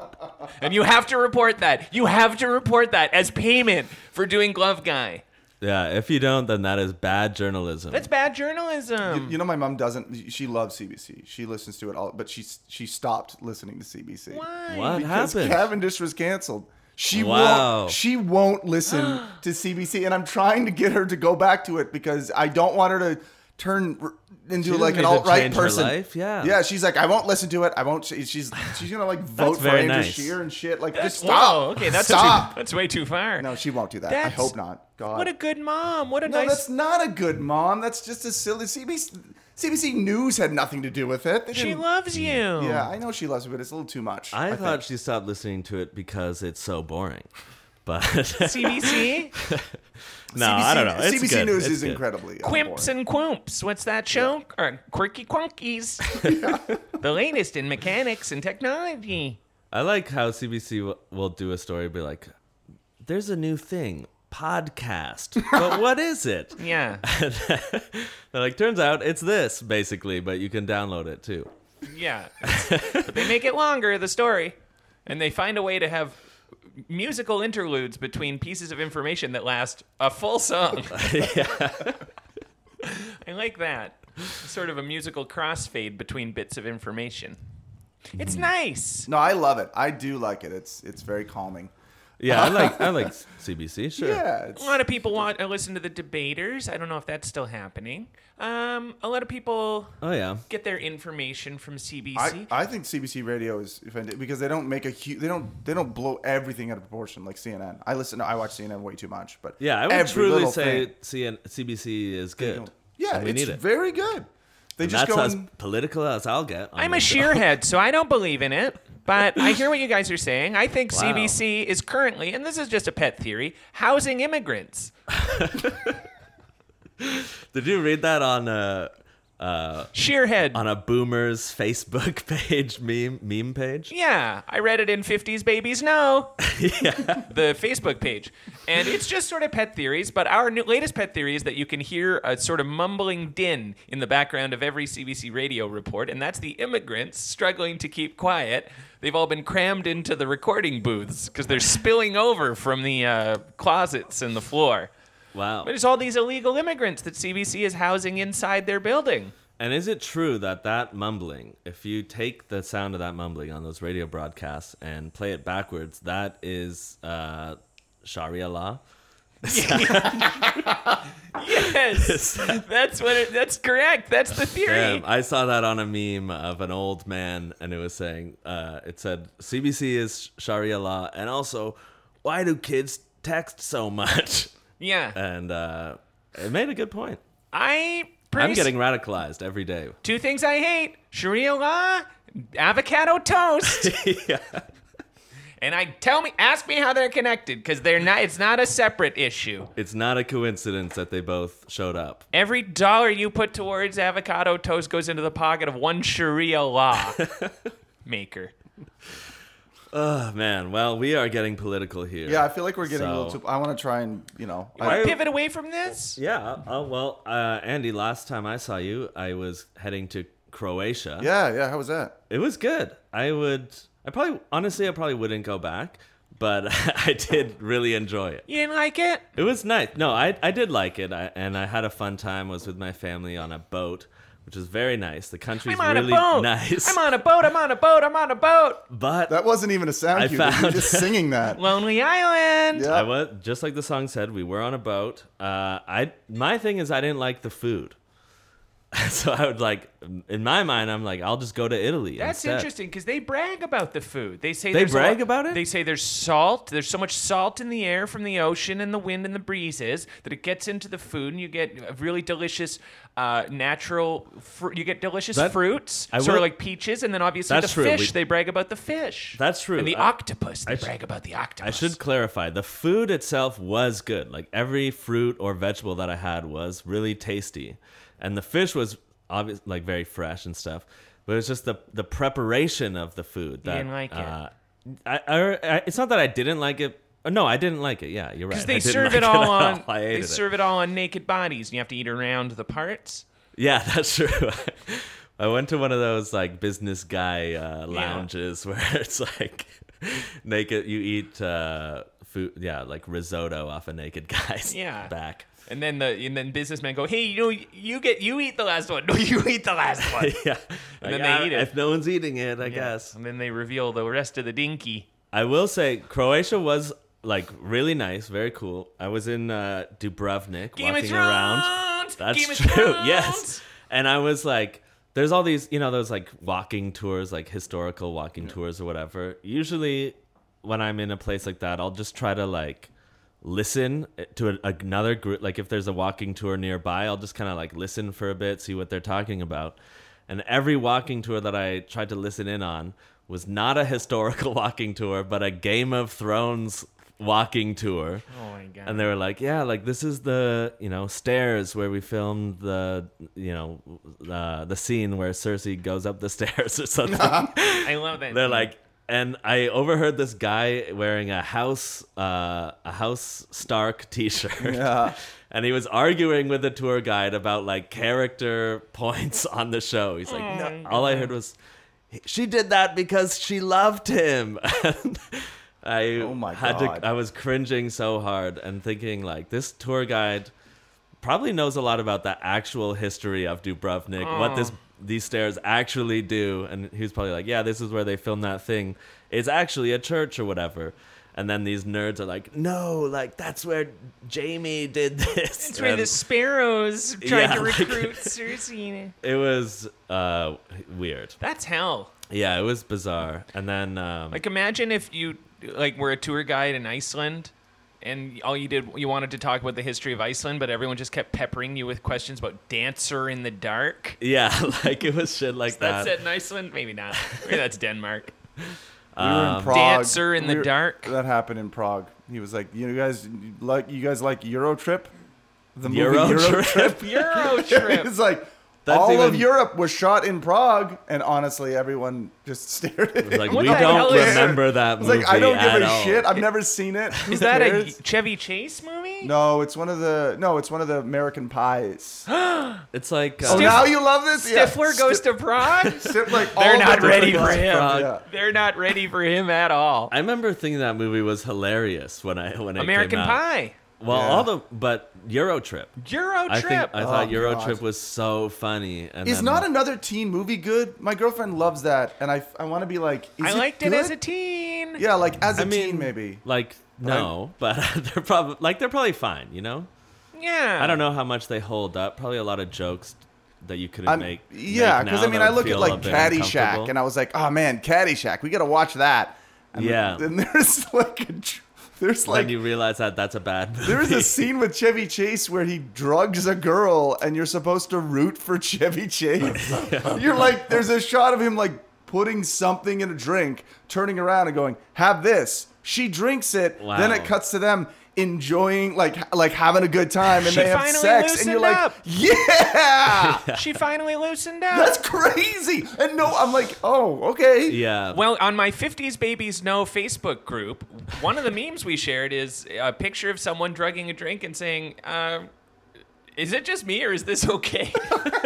S2: And you have to report that. You have to report that as payment for doing glove guy.
S1: yeah. If you don't, then that is bad journalism.
S2: That's bad journalism.
S3: you know, my mom doesn't. She loves CBC. She listens to it all, but she she stopped listening to CBC
S2: Why?
S1: what
S3: because
S1: happened?
S3: Cavendish was canceled. She
S1: Wow.
S3: won't. She won't listen to CBC, and I'm trying to get her to go back to it because I don't want her to turn r- into
S1: doesn't
S3: like
S1: need
S3: an
S1: to
S3: alt right
S1: change her
S3: person.
S1: life, yeah.
S3: yeah. She's like, I won't listen to it. I won't. She's she's gonna like vote for
S1: very
S3: Andrew
S1: nice.
S3: Shear and shit. Like, just stop.
S2: Whoa, okay, that's
S3: stop.
S2: Too, that's way too far.
S3: No, she won't do that. I
S2: That's-
S3: hope not. God.
S2: What a good mom. What a
S3: no,
S2: nice
S3: that's not a good mom. That's just a silly CBC. CBC News had nothing to do with it. They
S2: She
S3: didn't-
S2: loves you.
S3: Yeah, I know she loves it, but it's a little too much.
S1: I,
S3: think.
S1: thought she stopped listening to it because it's so boring. But
S2: CBC?
S1: no,
S3: CBC
S1: Uh, I don't know. It's
S3: CBC
S1: good.
S3: News
S1: It's
S3: is
S1: good.
S3: incredibly
S2: Quimps and Quimps. What's that show? Or Quirky Quonkies. the latest in mechanics and technology.
S1: I like how CBC w- will do a story and be like, "There's a new thing, podcast, but what is it?"
S2: Yeah.
S1: And They're like, "Turns out it's this, basically, but you can download it too."
S2: Yeah. But they make it longer, the story. And they find a way to have musical interludes between pieces of information that last a full song. I like that. Sort of a musical crossfade between bits of information. It's nice.
S3: No, I love it. I do like it. It's it's very calming.
S1: Yeah, I like I like CBC. Sure.
S3: Yeah, it's,
S2: A lot of people want to listen to the debaters. I don't know if that's still happening. Um, a lot of people
S1: Oh yeah.
S2: get their information from CBC.
S3: I, I think CBC Radio is offended because they don't make a huge. They don't they don't blow everything out of proportion like CNN. I listen. I watch CNN way too much, but
S1: Yeah, I would
S3: every
S1: truly
S3: little
S1: say
S3: thing-
S1: CN- CBC is good.
S3: yeah,
S1: and we
S3: it's
S1: need it.
S3: very good. They
S1: And
S3: just
S1: that's
S3: go.
S1: as
S3: and-
S1: political as I'll get. on
S2: I'm a
S1: this show.
S2: sheerhead, so I don't believe in it. But I hear what you guys are saying. I think
S1: Wow.
S2: CBC is currently, and this is just a pet theory, housing immigrants.
S1: Did you read that on uh, a
S2: Sheerhead.
S1: on a boomer's Facebook page meme meme page?
S2: Yeah, I read it in 50s Babies No, the Facebook page. And it's just sort of pet theories, but our new, latest pet theory is that you can hear a sort of mumbling din in the background of every CBC radio report, and that's the immigrants struggling to keep quiet. They've all been crammed into the recording booths because they're spilling over from the uh, closets and the floor.
S1: Wow.
S2: But it's all these illegal immigrants that CBC is housing inside their building.
S1: And is it true that that mumbling, if you take the sound of that mumbling on those radio broadcasts and play it backwards, that is uh, Sharia law?
S2: Yes, that's what. It, that's correct. That's the theory.
S1: Damn, I saw that on a meme of an old man, and it was saying, uh, it said, CBC is Sharia law, and also, why do kids text so much?
S2: Yeah.
S1: And uh, it made a good point.
S2: I pretty
S1: I'm getting radicalized every day.
S2: two things I hate: Sharia law, avocado toast. And I tell me, ask me how they're connected, because they're not. It's not a separate issue.
S1: It's not a coincidence that they both showed up.
S2: Every dollar you put towards avocado toast goes into the pocket of one Sharia law maker.
S1: Oh, man. Well, we are getting political here.
S3: yeah, I feel like we're getting a
S1: So-
S3: little too. I want to try and you know. I,
S1: Why-
S2: Pivot away from this.
S1: Yeah. Oh well, uh, Andy. Last time I saw you, I was heading to Croatia.
S3: yeah, yeah. How was that?
S1: It was good. I would. I probably, honestly, I probably wouldn't go back, but I did really enjoy it.
S2: You didn't like it?
S1: It was nice. No, I I did like it, I, and I had a fun time. Was with my family on a boat. which is very nice. The country's
S2: I'm on
S1: really
S2: a boat.
S1: nice.
S2: I'm on a boat. I'm on a boat. I'm on a boat.
S1: but
S3: That wasn't even a sound
S1: I
S3: cue. Found... You're
S1: found-
S3: just singing that.
S2: Lonely Island.
S3: Yeah.
S1: I was just like the song said. We were on a boat. Uh, I my thing is I didn't like the food, so I would like in my mind I'm like I'll just go to Italy.
S2: That's
S1: instead.
S2: interesting because they brag about the food. They say
S1: They
S2: there's a
S1: brag
S2: lot-
S1: about it?
S2: They say there's salt. There's so much salt in the air from the ocean and the wind and the breezes that it gets into the food and you get a really delicious uh, natural. Fr- you get delicious
S1: That-
S2: fruits,
S1: I
S2: sort of
S1: will-
S2: like peaches, and then obviously
S1: That's
S2: the
S1: true.
S2: fish.
S1: We-
S2: they brag about the fish.
S1: That's true.
S2: And the
S1: I-
S2: octopus. They
S1: I sh-
S2: brag about the
S1: I
S2: octopus.
S1: should clarify the food itself was good. Like every fruit or vegetable that I had was really tasty, and the fish was obvious like very fresh and stuff. But it's just the the preparation of the food that
S2: didn't like it.
S1: uh, I, I, I- it's not that I didn't like it. No, I didn't like it. Yeah, you're right.
S2: Because
S1: I
S2: they
S1: didn't
S2: serve
S1: like at
S2: it all on.
S1: I
S2: They
S1: hated it.
S2: serve it all on naked bodies, and you have to eat around the parts.
S1: Yeah, that's true. I went to one of those like business guy uh, lounges where it's like naked. You eat uh, food, yeah, like risotto off a naked guy's
S2: Yeah.
S1: back.
S2: And then the and then businessmen go, hey, you know, you get you eat the last one. No, you eat the last one.
S1: Yeah,
S2: And
S1: Like,
S2: then they
S1: ah,
S2: eat it.
S1: if no one's eating it. I
S2: Yeah,
S1: guess
S2: And then they reveal the rest of the dinky.
S1: I will say Croatia was like really nice, very cool. I was in uh, Dubrovnik,
S2: Game of
S1: walking around.
S2: Thrones!
S1: That's
S2: Game of
S1: true.
S2: Thrones!
S1: Yes. And I was like, there's all these, you know, those like walking tours, like historical walking tours or whatever. Usually, when I'm in a place like that, I'll just try to like listen eh, to a, another group. Like, if there's a walking tour nearby, I'll just kind of like listen for a bit, see what they're talking about. And every walking tour that I tried to listen in on was not a historical walking tour, but a Game of Thrones walking tour.
S2: Oh my god.
S1: And they were like, yeah, like this is the you know stairs where we filmed the you know uh, the scene where Cersei goes up the stairs or something.
S2: I love that.
S1: They're
S2: scene.
S1: like, and I overheard this guy wearing a house uh, a house Stark T-shirt.
S3: Yeah.
S1: And he was arguing with the tour guide about like character points on the show. He's like, no. all I heard was, she did that because she loved him. And I
S3: Oh my
S1: had
S3: God.
S1: to. I was cringing so hard and thinking like, this tour guide probably knows a lot about the actual history of Dubrovnik, what
S2: Oh.
S1: this these stairs actually do, and he was probably like, "Yeah, this is where they filmed that thing. It's actually a church or whatever." And then these nerds are like, "No, like that's where Jamie did this."
S2: That's where
S1: And
S2: the sparrows tried
S1: Yeah,
S2: to
S1: like-
S2: recruit Cersei.
S1: It was uh, weird.
S2: That's hell.
S1: Yeah, it was bizarre. And then um,
S2: Like imagine if you like were a tour guide in Iceland and all you did you wanted to talk about the history of Iceland, but everyone just kept peppering you with questions about Dancer in the Dark.
S1: yeah, like it was shit like
S2: That's
S1: that.
S2: it in Iceland? Maybe not. Maybe that's Denmark.
S3: We were
S1: Um,
S3: in Prague.
S2: Dancer in the
S3: We were-
S2: Dark.
S3: That happened in Prague. He was like, "You guys like you guys like Euro Trip, the movie
S1: Euro
S3: Eurotrip?"
S2: Euro trip.
S3: He's like,
S1: That's
S3: all of
S1: even-
S3: Europe was shot in Prague, and honestly, everyone just stared at
S1: It was like
S3: him.
S1: we
S2: the hell
S1: don't
S2: is-
S1: remember that
S3: I was
S1: movie
S3: like, I don't
S1: at
S3: give a
S1: all.
S3: shit. I've never seen it. Who
S2: Is that a
S3: cares?
S2: Chevy Chase movie?
S3: No, it's one of the no, it's one of the American Pies. oh,
S1: It's like uh,
S3: now you love this? Yeah.
S2: Stifler goes to Prague?
S3: Stif- like, all
S2: They're
S3: the
S2: not ready for
S3: different-
S2: him.
S3: Yeah.
S2: They're not ready for him at all.
S1: I remember thinking that movie was hilarious when I when it
S2: American
S1: came out.
S2: Pie.
S1: Well, all the but Euro Trip.
S2: Euro
S1: I think
S2: trip.
S1: I thought
S3: Oh,
S1: Euro
S3: God.
S1: Trip was so funny. And
S3: Is
S1: then-
S3: not another teen movie good? My girlfriend loves that, and I, I want to be like. Is
S2: I liked it, as a
S3: good?
S2: teen.
S3: Yeah, like as a
S1: I mean,
S3: teen, maybe.
S1: like no, but they're probably like they're probably fine. You know,
S2: Yeah.
S1: I don't know how much they hold up. Probably a lot of jokes that you couldn't
S3: I'm,
S1: make.
S3: yeah,
S1: make
S3: because
S1: now
S3: I mean,
S1: that
S3: I
S1: would
S3: look at
S1: feel a
S3: like
S1: bit
S3: Caddyshack,
S1: uncomfortable.
S3: and I was like, oh man, Caddyshack, we gotta watch that. And
S1: Yeah.
S3: Then there's like a, tr- there's
S1: then
S3: like
S1: you realize that that's a bad movie.
S3: there is a scene with Chevy Chase where he drugs a girl, and you're supposed to root for Chevy Chase. You're like, there's a shot of him like putting something in a drink, turning around and going, "Have this." She drinks it. Then
S1: Wow.
S3: it cuts to them enjoying, like, like having a good time, and
S2: She
S3: they have
S2: finally
S3: sex, and you're
S2: loosened
S3: like,
S2: up.
S3: "Yeah."
S2: She finally loosened up.
S3: That's crazy. And no, I'm like, oh, okay.
S1: yeah.
S2: Well, on my 50s Babies No Facebook group, one of the memes we shared is a picture of someone drugging a drink and saying, uh, Is it just me or is this okay?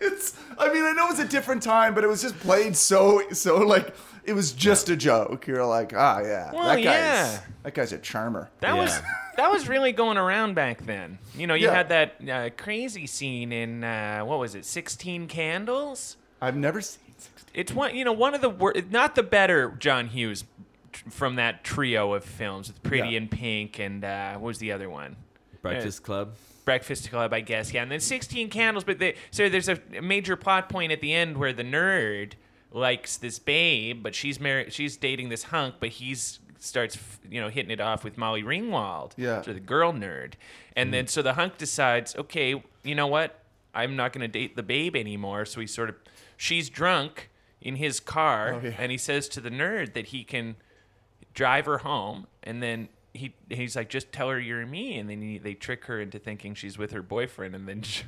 S3: It's, I mean, I know it's a different time, but it was just played so, so like it was just a joke. You're like, ah, yeah,
S2: Well,
S3: that guy's
S2: yeah.
S3: that guy's a charmer.
S2: That was
S1: Yeah.
S2: that was really going around back then. You know, you
S3: Yeah.
S2: had that uh, crazy scene in uh, what was it, Sixteen Candles?
S3: I've never seen.
S2: It's one, you know, one of the wor- not the better John Hughes tr- from that trio of films with Pretty
S3: Yeah.
S2: in Pink and uh, what was the other one?
S1: Breakfast Club.
S2: Breakfast Club, I guess. Yeah, and then Sixteen Candles. But they, so there's a major plot point at the end where the nerd likes this babe, but she's married. She's dating this hunk, but he's starts f- you know hitting it off with Molly Ringwald.
S3: Yeah.
S2: So the girl nerd, and then so the hunk decides, okay, you know what? I'm not gonna date the babe anymore. So he sort of, she's drunk in his car,
S3: Oh, yeah.
S2: and he says to the nerd that he can drive her home, and then he he's like, just tell her you're me, and then he, they trick her into thinking she's with her boyfriend, and then she,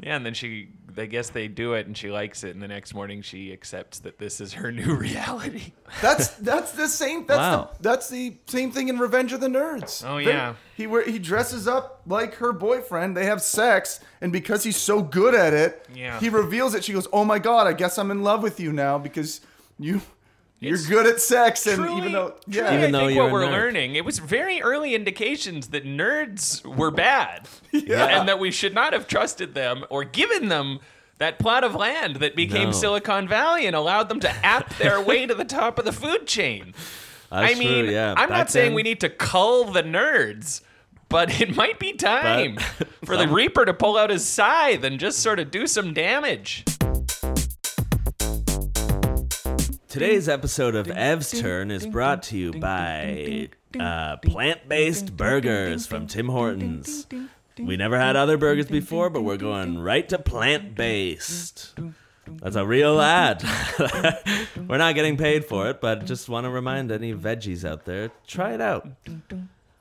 S2: yeah, and then she they guess they do it, and she likes it, and the next morning she accepts that this is her new reality.
S3: That's that's the same. That's
S1: Wow.
S3: the that's the same thing in Revenge of the Nerds.
S2: Oh,
S3: They-
S2: yeah.
S3: he wear, he dresses up like her boyfriend. They have sex, and because he's so good at it,
S2: Yeah.
S3: he reveals it. She goes, "Oh my god, I guess I'm in love with you now because you you're
S2: It's
S3: good at sex." And
S2: truly,
S3: even though
S2: truly,
S3: yeah,
S1: Even
S2: I
S1: though
S2: think
S1: you're
S2: what
S1: a
S2: we're
S1: nerd.
S2: learning, it was very early indications that nerds were bad,
S3: Yeah.
S2: and that we should not have trusted them or given them. That plot of land that became
S1: No.
S2: Silicon Valley and allowed them to app their way to the top of the food chain.
S1: That's
S2: I mean,
S1: true, yeah.
S2: I'm
S1: Back
S2: not saying
S1: then-
S2: we need to cull the nerds, but it might be time for the Reaper to pull out his scythe and just sort of do some damage.
S1: Today's episode of Ev's Turn is brought to you by uh, plant based burgers from Tim Hortons. We never had other burgers before, but we're going right to plant based. That's a real ad. we're not getting paid for it, but just want to remind any veggies out there try it out.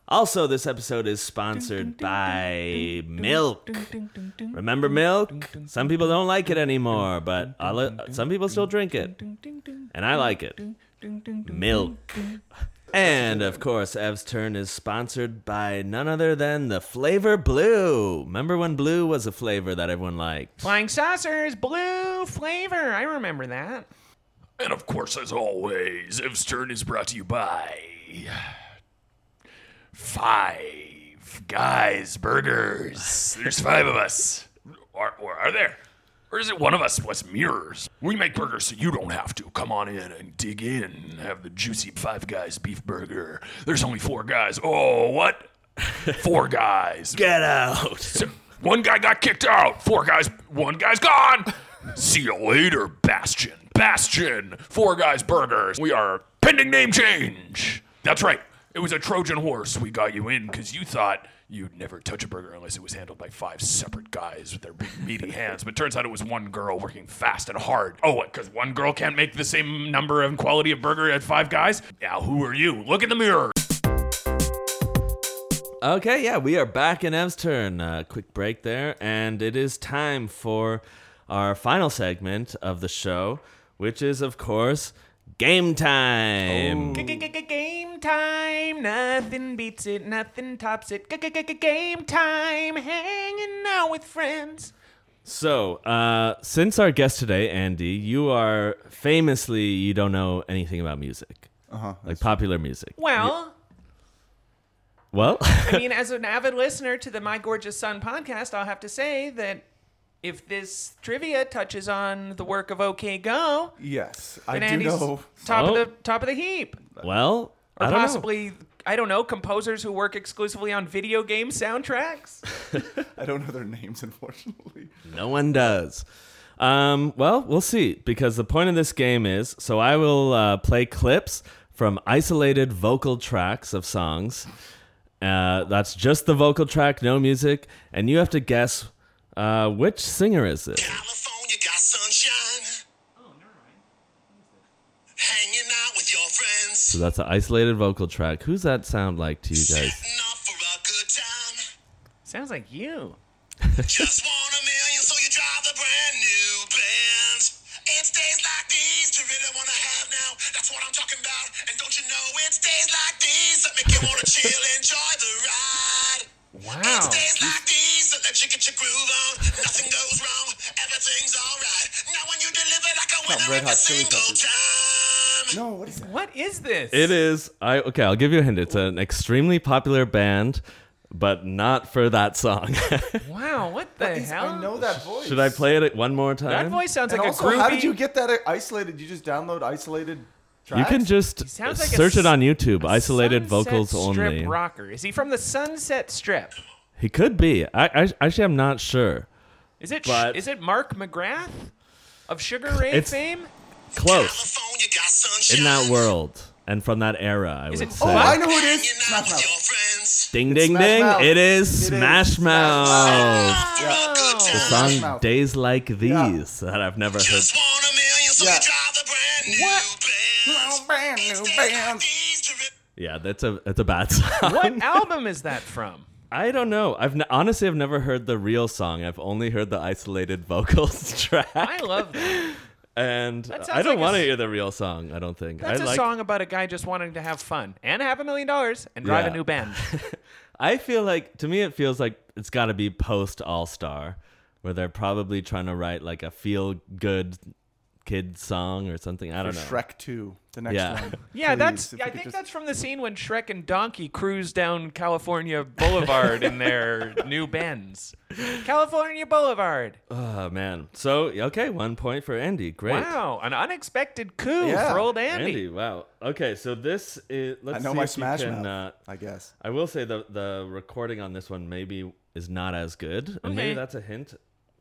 S1: Also, this episode is sponsored by milk. Remember milk? Some people don't like it anymore, but I li- some people still drink it. And I like it. Milk. And of course, Ev's Turn is sponsored by none other than the flavor blue. Remember when blue was a flavor that everyone liked?
S2: Flying saucers, blue flavor. I remember that.
S4: And of course, as always, Ev's Turn is brought to you by Five Guys Burgers. There's five of us. Are, or are there? Or is it one of us plus mirrors? We make burgers so you don't have to. Come on in and dig in. Have the juicy Five Guys beef burger. There's only four guys. Oh, what? Four guys.
S1: Get out!
S4: One guy got kicked out. Four guys. One guy's gone. See you later, Bastion. Bastion. Four guys burgers. We are pending name change. That's right. It was a Trojan horse. We got you in because you thought you'd never touch a burger unless it was handled by five separate guys with their big meaty hands. But turns out it was one girl working fast and hard. Oh, what? Because one girl can't make the same number and quality of burger at five guys? Now, who are you? Look in the mirror.
S1: Okay, yeah, we are back in Ev's turn. Uh, quick break there, and it is time for our final segment of the show, which is, of course, game time.
S2: Game time, nothing beats it, nothing tops it. Game time, hanging out with friends.
S1: So, uh, since our guest today, Andy, you are famously you don't know anything about music, uh-huh, like popular music.
S2: Well,
S1: Well,
S2: I mean, as an avid listener to the My Gorgeous Son podcast, I'll have to say that if this trivia touches on the work of OK Go,
S3: yes, I
S2: then
S3: do
S2: Andy's
S3: know.
S2: top
S1: Oh.
S2: of the top of the heap,
S1: well,
S2: or
S1: I don't know.
S2: possibly I don't know composers who work exclusively on video game soundtracks.
S3: I don't know their names, unfortunately.
S1: No one does. Um, well, we'll see because the point of this game is so I will uh, play clips from isolated vocal tracks of songs. Uh, that's just the vocal track, no music, and you have to guess uh, which singer is this.
S5: California got sunshine. Hanging out with your friends.
S1: So that's an isolated vocal track. Who's that sound like to you guys?
S5: Setting up for a good time.
S2: Sounds like you.
S5: Just want a million, so you drive a brand new Benz. It's days like these you really want to have now. That's what I'm talking about. And don't you know it's days like these that make you want to chill, enjoy the ride.
S2: Wow.
S5: It's days like these that let you get your groove on. Nothing goes wrong. Everything's alright. Now when you deliver like a winner
S3: Red
S5: every
S3: Hot Chili
S5: single
S3: Peppers.
S5: time.
S3: No, what is that?
S2: What is this?
S1: It is. I okay. I'll give you a hint. It's an extremely popular band, but not for that song.
S2: Wow, what the
S3: Is-
S2: hell?
S3: I know that voice.
S1: Should I play it one more time?
S2: That voice sounds
S3: And
S2: like
S3: also,
S2: a groovy.
S3: how did you get that isolated? You just download isolated
S1: You
S3: tracks?
S1: can just
S2: sounds like a
S1: search it on YouTube.
S2: a
S1: Isolated
S2: Sunset
S1: vocals
S2: Strip
S1: only.
S2: rocker. Is he from the Sunset Strip?
S1: He could be. I, I actually I'm not sure.
S2: Is it?
S1: But-
S2: is it Mark McGrath of Sugar Ray
S1: It's-
S2: fame?
S1: Close
S5: California got sunshine.
S1: in that world and from that era. I
S2: Is
S1: would
S2: it-
S1: say.
S3: Oh, I know who it is. Smash
S5: Hanging out with
S3: Mouth.
S5: your friends.
S1: Ding
S3: It's
S1: ding
S3: Smash
S1: ding!
S3: Mouth.
S1: It is
S3: It is
S1: Smash
S3: Smash
S1: Mouth.
S5: Have a good
S1: The
S5: time.
S1: song
S3: Mouth.
S1: "Days Like These" that I've never heard.
S5: Just want a million, so
S3: Yeah.
S5: you drive a brand new
S2: What?
S5: Benz.
S3: Brand
S5: It's
S3: new
S5: days
S3: band.
S5: like these to re-
S1: Yeah, that's a that's a bad song.
S2: What album is that from?
S1: I don't know. I've n- honestly I've never heard the real song. I've only heard the isolated vocals track.
S2: I love that.
S1: and
S2: That sounds
S1: I don't
S2: like a
S1: want to
S2: s-
S1: hear the real song. I don't think.
S2: That's
S1: I
S2: a
S1: like,
S2: song about a guy just wanting to have fun and have a million dollars and drive
S1: Yeah.
S2: a new band.
S1: I feel like to me it feels like it's got to be post All Star, where they're probably trying to write like a feel good kid song or something. I don't know.
S3: Shrek 2, the next
S1: Yeah.
S3: one.
S2: Yeah,
S3: Please,
S2: that's.
S3: if we
S2: I
S3: could
S2: think
S3: just-
S2: that's from the scene when Shrek and Donkey cruise down California Boulevard in their new Benz. California Boulevard.
S1: Oh man. So okay, one point for Andy. Great.
S2: Wow, an unexpected coup
S3: Yeah.
S2: for old
S1: Andy.
S2: Andy.
S1: Wow. Okay, so this is. Let's
S3: I know
S1: see
S3: my
S1: if you
S3: Smash
S1: can,
S3: Mouth,
S1: uh,
S3: I guess.
S1: I will say the the recording on this one maybe is not as good, and
S2: Okay.
S1: maybe that's a hint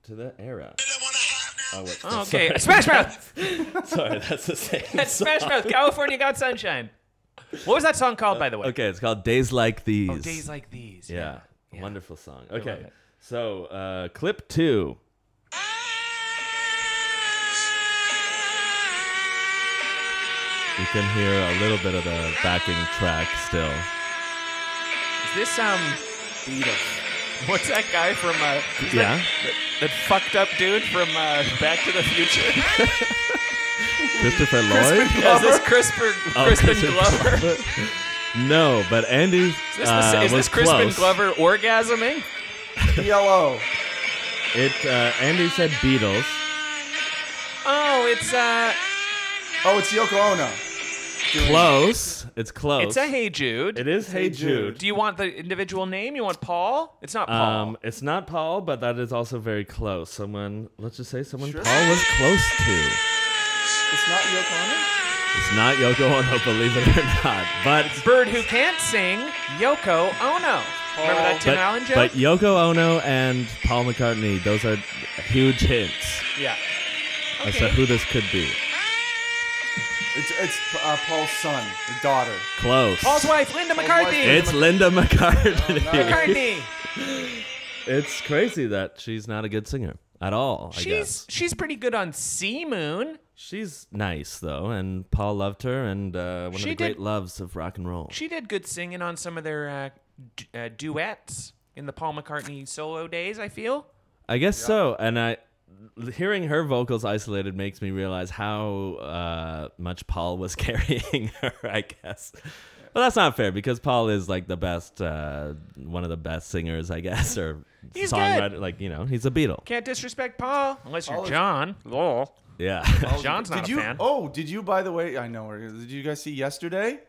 S1: to the era.
S5: really wanna have now.
S1: wait.
S2: Oh, okay, Smash Mouth.
S1: Sorry, that's the same.
S2: That's
S1: song.
S2: Smash Mouth. California Got Sunshine. What was that song called, by the way?
S1: Okay, it's called Days Like These.
S2: Oh, days like these.
S1: yeah. wonderful song. Okay,
S2: it.
S1: so uh, clip two. You can hear a little bit of the backing track still.
S2: Is this um? What's that guy from uh? who's that-
S1: Yeah,
S2: That, that fucked up dude from uh, Back to the Future.
S1: Christopher Lloyd.
S2: Yeah, is this Crispin,
S1: Oh,
S2: Crispin
S1: Crispin
S2: Glover? Is
S1: No, but Andy
S2: this,
S1: uh,
S2: the, is
S1: was
S2: this Crispin
S1: close.
S2: Glover orgasming?
S3: PLO.
S1: It uh, Andy said Beatles.
S2: Oh, it's uh,
S3: Oh, it's Yoko Ono.
S1: Close. It's close.
S2: it's a Hey Jude.
S1: It is Hey Jude.
S2: Do you want the individual name? You want Paul? It's not Paul.
S1: Um, it's not Paul, but that is also very close. Someone, let's just say someone Paul was close to.
S3: It's not Yoko
S1: It's not Yoko Ono, believe it or not. But
S2: Bird who can't sing, Yoko Ono. Remember that Tim
S1: but,
S2: Allen joke?
S1: but Yoko Ono and Paul McCartney, those are huge hints
S2: yeah.
S1: as to
S2: Okay.
S1: who this could be.
S3: Ono? It's, it's uh, Paul's son, his daughter.
S1: Close.
S2: Paul's wife, Linda McCarthy.
S1: it's Linda McCartney.
S2: McCartney.
S1: It's crazy that she's not a good singer at all. I
S2: She's
S1: guess
S2: she's pretty good on Sea Moon.
S1: she's nice though, and Paul loved her, and uh, one
S2: She
S1: of the great
S2: did-
S1: loves of rock and roll.
S2: She did good singing on some of their uh, d- uh, duets in the Paul McCartney solo days. I feel.
S1: I guess so, and I hearing her vocals isolated makes me realize how uh, much Paul was carrying her. I guess, but that's not fair because Paul is like the best, uh, one of the best singers, I guess, or
S2: He's good.
S1: songwriter. Like you know, he's a Beatle.
S2: Can't disrespect Paul unless you're
S3: Paul is-
S2: John. Lol.
S1: Yeah.
S2: John's not
S3: did
S2: a
S3: you?
S2: fan.
S3: Oh, did you? By the way, I know. where it is. Did you guys see yesterday?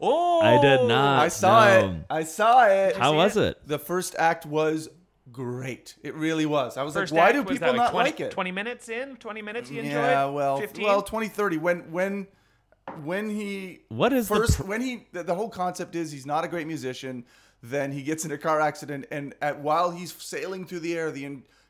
S2: Oh,
S1: I did not.
S3: I saw
S1: know.
S3: it. I saw it.
S1: How was it?
S3: The first act was great. It really was. I was
S2: First
S3: like, why
S2: act
S3: do
S2: was
S3: people
S2: that,
S3: not
S2: 20,
S3: like it?
S2: Twenty minutes in, twenty minutes you enjoyed.
S3: yeah, well,
S2: 15?
S3: well, 2030 when when when he
S1: What is the
S3: first
S1: pr-
S3: when he the, the whole concept is he's not a great musician, then he gets in a car accident and at while he's sailing through the air the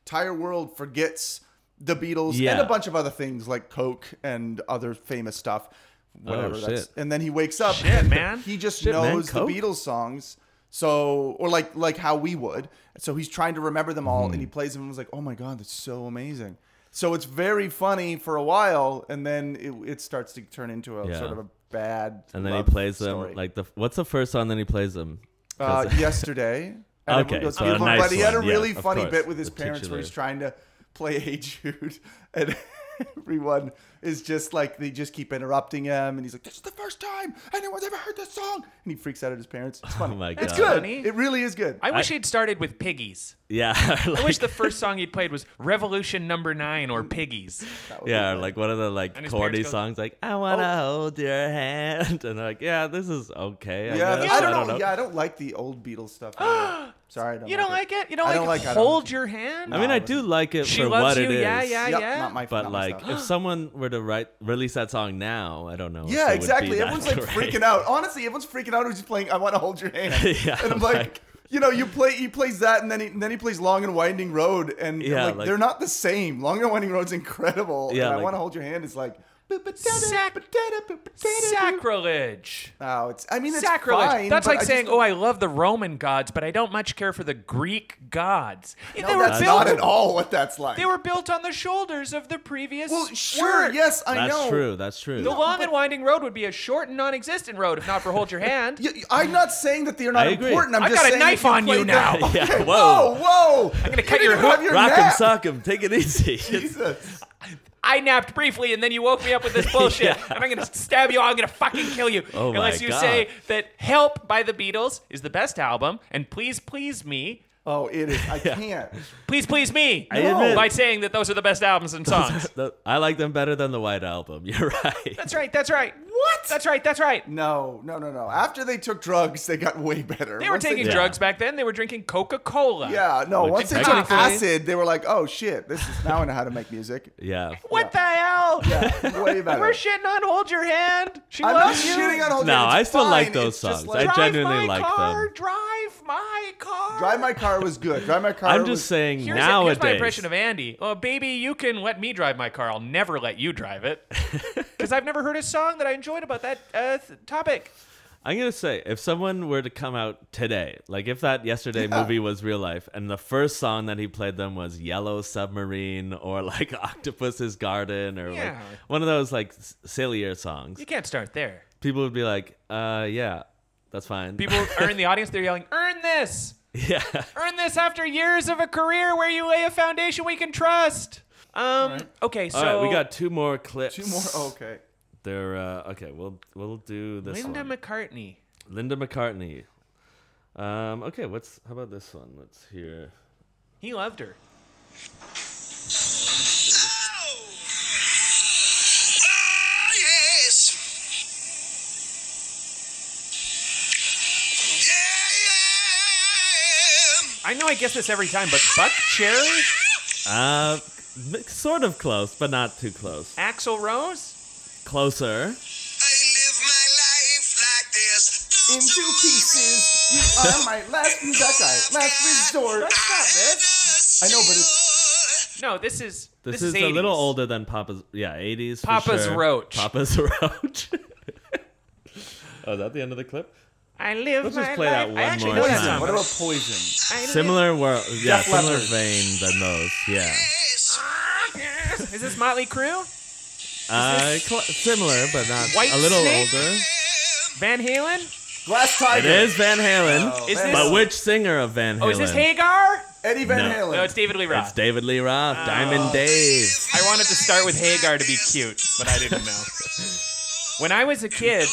S3: entire world forgets the Beatles and
S1: Yeah.
S3: a bunch of other things like coke and other famous stuff whatever that's
S1: Oh, shit.
S3: and then he wakes up
S2: Shit,
S3: and
S2: man.
S3: he just
S1: Shit, man,
S3: knows
S1: coke?
S3: the Beatles songs so or like like how we would. So he's trying to remember them all, and
S1: Mm-hmm.
S3: he plays them, and was like, "Oh my god, that's so amazing." So it's very funny for a while, and then it, it starts to turn into a
S1: Yeah.
S3: sort of a bad.
S1: And then he
S3: love
S1: plays them
S3: story.
S1: like the what's the first song? Then he plays them.
S3: uh, yesterday. And everyone
S1: Okay,
S3: goes,
S1: so a
S3: "Beautiful,"
S1: nice
S3: but he had a
S1: one, yeah,
S3: really
S1: of
S3: funny
S1: course,
S3: bit with his
S1: the
S3: parents
S1: titular.
S3: where he's trying to play Hey Jude, and everyone is just like they just keep interrupting him, and he's like, "This is the first time anyone's ever heard this song," and he freaks out at his parents. It's funny.
S1: Oh my
S3: It's
S1: God.
S3: good.
S2: Funny?
S3: It really is good.
S2: I wish he'd started with Piggies.
S1: Yeah.
S2: I
S1: like-
S2: wish the first song he'd played was Revolution Number Nine or Piggies.
S1: Yeah, or like one of the like
S2: And his
S1: corny
S2: parents go- "Oh."
S1: songs, like "I wanna hold your hand," and they're like, "Yeah, this is okay." I
S3: yeah,
S1: guess.
S3: I don't know. Yeah, I don't like the old Beatles stuff. either. Sorry, I don't
S2: You
S3: like
S2: don't like it? You don't,
S3: I
S2: like,
S3: don't like- I don't-
S2: Hold Your Hand?
S1: I mean, I do like it
S2: She
S1: for what
S2: loves you.
S1: it is.
S2: yeah, yeah,
S3: Yep,
S2: yeah.
S3: not my
S1: But
S3: not my
S1: like,
S3: style.
S1: if someone were to write release that song now, I don't know. if it would
S3: Yeah,
S1: be
S3: exactly.
S1: that
S3: Everyone's like
S1: great.
S3: freaking out. Honestly, everyone's freaking out who's playing I Wanna Hold Your Hand.
S1: Yeah,
S3: and I'm
S1: like-
S3: like, you know, you play he plays that and then he and then he plays Long and Winding Road and I'm
S1: Yeah,
S3: like,
S1: like-
S3: they're not the same. Long and Winding Road's incredible.
S1: Yeah,
S3: and
S1: like-
S3: I Wanna Hold Your Hand is like
S2: Sac- Sacrilege.
S3: Oh, it's I mean it's
S2: Sacrilege.
S3: fine,
S2: That's
S3: but
S2: like
S3: I just
S2: saying,
S3: don't-
S2: "Oh, I love the Roman gods, but I don't much care for the Greek gods."
S3: no,
S2: they were
S3: that's
S2: built.
S3: not at all what that's like.
S2: They were built on the shoulders of the previous.
S3: Well, sure,
S2: word.
S3: yes, I
S1: That's
S3: know.
S1: true. That's true.
S2: The long and winding road would be a short and non-existent road if not for hold your hand.
S3: Y- y- I'm not saying that they are not
S1: I agree.
S3: important. I'm
S2: I've
S3: just
S2: got a
S3: saying
S2: knife
S3: if you
S2: on you
S3: played
S2: now.
S3: that-
S1: Yeah,
S3: Okay,
S1: whoa.
S3: whoa, whoa! I'm
S2: gonna cut your hook.
S1: Rock 'em, sock 'em, take it easy. It's-
S3: Jesus.
S2: I napped briefly, and then you woke me up with this bullshit. And I'm gonna stab you. I'm gonna fucking kill you.
S1: Oh my
S2: Unless you
S1: God.
S2: say that "Help" by the Beatles is the best album, and "Please Please Me,"
S3: Oh, it is. I can't.
S2: "Please Please Me"
S1: I admit-
S2: by saying that those are the best albums and songs.
S1: The- I like them better than the White Album. You're right.
S2: That's right. That's right. What? That's right. That's right.
S3: No, no, no, no. After they took drugs, they got way better.
S2: They were
S3: Once
S2: taking
S1: Yeah.
S2: drugs back then. They were drinking Coca Cola.
S3: yeah, no. Once they took
S2: technically-
S3: acid, they were like, "Oh shit, this is now I know how to make music."
S1: Yeah.
S2: What the hell?
S3: Way better.
S2: We're shitting on Hold Your Hand. She
S3: I'm not
S2: loves you.
S3: shitting on whole
S1: No, I still like those songs. I
S2: Drive
S1: genuinely
S2: my
S1: like
S2: car.
S1: them.
S2: Drive my car.
S3: Drive my car was good. Drive my car.
S1: I'm
S3: was-
S1: just saying
S2: uh, Here's,
S1: nowadays.
S2: here's my impression of Andy. Oh, baby, you can let me drive my car. I'll never let you drive it. Because I've never heard a song that I enjoyed about that uh, th- topic.
S1: I'm gonna say if someone were to come out today, like if that yesterday movie was real life, and the first song that he played them was Yellow Submarine or like Octopus's Garden or like
S2: Yeah.
S1: one of those like s- sillier songs,
S2: You can't start there.
S1: people would be like, "Uh, yeah, that's fine."
S2: People are in the audience. They're yelling, "Earn this!
S1: yeah,
S2: Earn this after years of a career where you lay a foundation we can trust." Um. Okay. So
S1: all right, we got two more clips.
S3: two more. oh, okay.
S1: They're uh, okay. We'll we'll do this
S2: Linda
S1: one.
S2: McCartney.
S1: Linda McCartney. Um, okay, what's how about this one? Let's hear.
S2: He loved her.
S5: Ah, yes. Yeah, yeah.
S2: I know I guess this every time, but Buck Cherry,
S1: Uh, m- sort of close, but not too close.
S2: Axl Rose.
S1: Closer.
S5: I live my life like this.
S3: In two pieces, you are my last resort. Last resort. I know, but it's
S2: No, this is
S1: This,
S2: this,
S1: is, a little
S2: 80s.
S1: older than Papa's. Yeah, eighties.
S2: Papa's
S1: sure.
S2: Roach.
S1: Papa's Roach. oh, is that the end of the clip?
S2: I live
S1: Let's
S2: my
S1: just play
S2: life.
S1: that
S2: I
S1: one
S2: actually
S1: more
S2: know that
S1: time.
S2: song.
S3: what about poison?
S2: I live-
S1: Similar world. Yeah,
S3: Def
S1: similar
S3: Leppard.
S1: vein than those. Yeah.
S2: Is this Motley Crue?
S1: Uh, cl- similar, but not
S2: White
S1: a little
S2: Snake?
S1: older.
S2: Van Halen?
S3: Glass
S1: It
S3: Tiger.
S1: is Van Halen.
S3: Oh,
S2: Is
S3: man.
S1: but which singer of Van Halen?
S2: Oh, is this Hagar?
S3: Eddie Van
S1: No.
S3: Halen.
S2: No, it's David Lee Roth.
S1: It's David Lee Roth, Diamond Dave.
S2: I wanted to start with Hagar to be cute, but I didn't know. when I was a kid,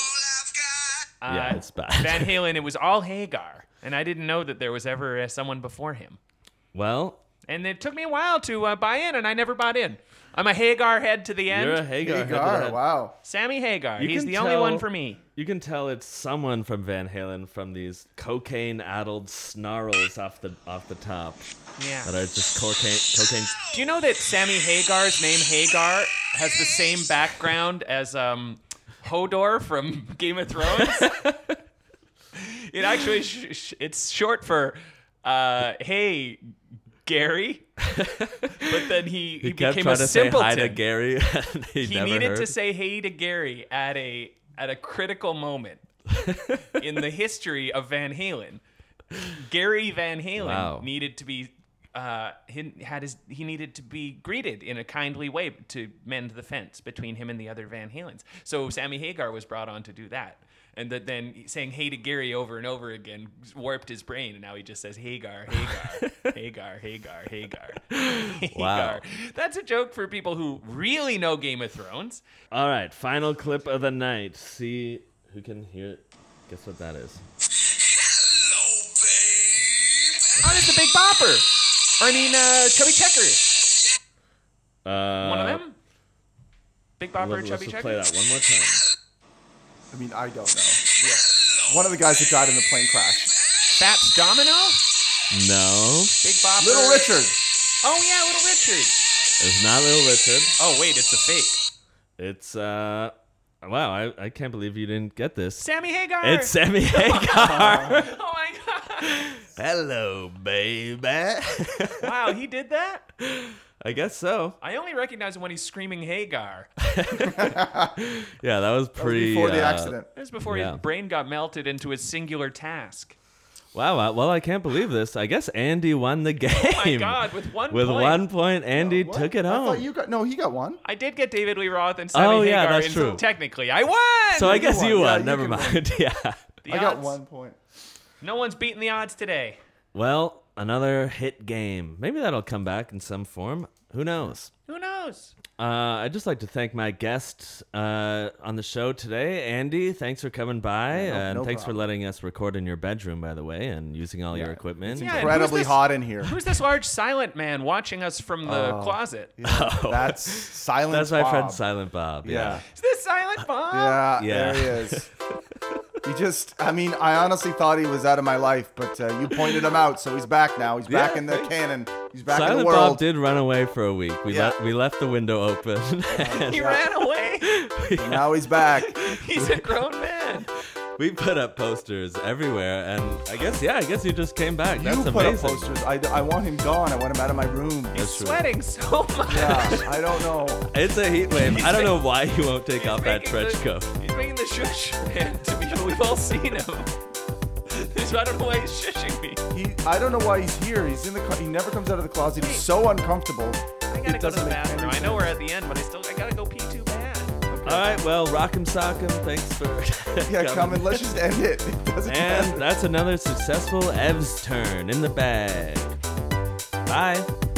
S2: uh,
S1: yeah, it's bad.
S2: Van Halen, it was all Hagar, and I didn't know that there was ever uh, someone before him.
S1: well,
S2: And it took me a while to uh, buy in, and I never bought in. I'm a Hagar head to the end.
S1: you're a Hagar. head to the
S3: Hagar.
S1: head.
S3: Wow.
S2: Sammy Hagar.
S1: You
S2: He's
S1: can
S2: the only one
S1: tell-
S2: for me.
S1: You can tell it's someone from Van Halen from these cocaine-addled snarls off the off the top
S2: Yeah.
S1: that are Uh, just cocaine. Cocaine.
S2: Do you know that Sammy Hagar's name Hagar has the same background as um, Hodor from Game of Thrones? it actually sh- sh- it's short for uh, Hey Gary, but then he he,
S1: He kept
S2: became
S1: trying
S2: a
S1: to
S2: simpleton.
S1: say hi to Gary. And he
S2: he
S1: never
S2: needed
S1: heard.
S2: to say hey to Gary at a at a critical moment in the history of Van Halen. Gary Van Halen
S1: Wow.
S2: needed to be uh, he had his he needed to be greeted in a kindly way to mend the fence between him and the other Van Halens. So Sammy Hagar was brought on to do that. and that then saying "Hey" to Gary over and over again warped his brain, and now he just says "Hagar, Hagar, Hagar, Hagar, Hagar."
S1: Wow.
S2: Hagar. That's a joke for people who really know Game of Thrones.
S1: All right, final clip of the night. See who can hear it. Guess what that is?
S5: Hello, babe.
S2: Oh, that's the Big Bopper. Or I mean, uh, Chubby Checker.
S1: Uh,
S2: One of them. Big
S1: Let,
S2: Bopper, or
S1: let's
S2: Chubby
S1: just
S2: Checker.
S1: play that one more time.
S3: I mean, I don't know. Yeah. One of the guys that died in the plane crash.
S2: Fats Domino.
S1: No,
S2: Big Bopper.
S3: Little Richard.
S2: Oh yeah, Little Richard.
S1: it's not Little Richard.
S2: Oh wait, it's a fake.
S1: It's uh, wow, I, I can't believe you didn't get this.
S2: Sammy Hagar.
S1: It's Sammy Hagar.
S2: Oh my god.
S1: Hello, baby.
S2: Wow, he did that.
S1: I guess so.
S2: I only recognize him when he's screaming Hagar.
S1: Yeah, that was pretty.
S3: Before the
S1: uh,
S3: accident.
S2: That was before
S1: Yeah.
S2: his brain got melted into his singular task.
S1: Wow. I- Well, I can't believe this. I guess Andy won the game.
S2: Oh my god, with one
S1: With
S2: point.
S1: one point, Andy
S3: What?
S1: took it
S3: I
S1: home.
S3: thought you got no. He got one.
S2: I did get David Lee Roth and Sammy
S1: Oh, yeah,
S2: Hagar.
S1: that's
S2: and
S1: true.
S2: Technically, I won.
S1: so I guess
S3: won.
S1: you
S3: Yeah,
S1: won.
S3: you
S1: Never
S3: can win.
S1: mind. yeah.
S2: The
S3: I got
S2: odds-
S3: one point.
S2: No one's beating the odds today.
S1: Well, another hit game. Maybe that'll come back in some form. Who knows?
S2: Who knows?
S1: Uh, I'd just like to thank my guest uh, on the show today, Andy. Thanks for coming by, and
S3: no
S1: thanks for
S3: problem.
S1: letting us record in your bedroom, by the way, and using all your equipment.
S2: Yeah, and who's
S3: Incredibly
S2: this-
S3: hot in here.
S2: Who's this large silent man watching us from the
S3: Oh.
S2: closet?
S3: That's silent.
S1: Oh. That's my friend
S3: Bob.
S1: Silent Bob.
S3: Yeah.
S2: Is this silent Bob?
S3: Yeah,
S1: Yeah.
S3: there he is. he just, I mean, I honestly thought he was out of my life, but uh, you pointed him out, so he's back now. He's back
S1: Yeah,
S3: in the
S1: thanks.
S3: canon. He's back in
S1: Silent
S3: the
S1: Bob
S3: world.
S1: did run away for a week. We
S3: Yeah.
S1: left we left the window open. and
S2: He ran away.
S3: Now he's back.
S2: He's a grown man.
S1: we put up posters everywhere, and I guess yeah, I guess he just came back. That's
S3: you put
S1: amazing.
S3: up posters. I, I want him gone. I want him out of my room.
S1: That's true.
S2: Sweating so much.
S3: Yeah, I don't know.
S1: It's a heat wave. I don't
S2: making-
S1: know why he won't take off that
S2: making
S1: trench
S2: the-
S1: coat.
S2: He's making the shush man to me. We've all seen him. So I don't know why he's shushing me.
S3: He, I don't know why he's here. He's in the. Co- he never comes out of the closet. He's so uncomfortable.
S2: I gotta go to the bathroom. I know we're at the end, but I still I gotta go pee too bad.
S1: All right, well, rock'em sock'em. Thanks for
S3: Yeah, come and let's just end it. It doesn't
S1: And
S3: matter.
S1: that's another successful Ev's turn in the bag. Bye.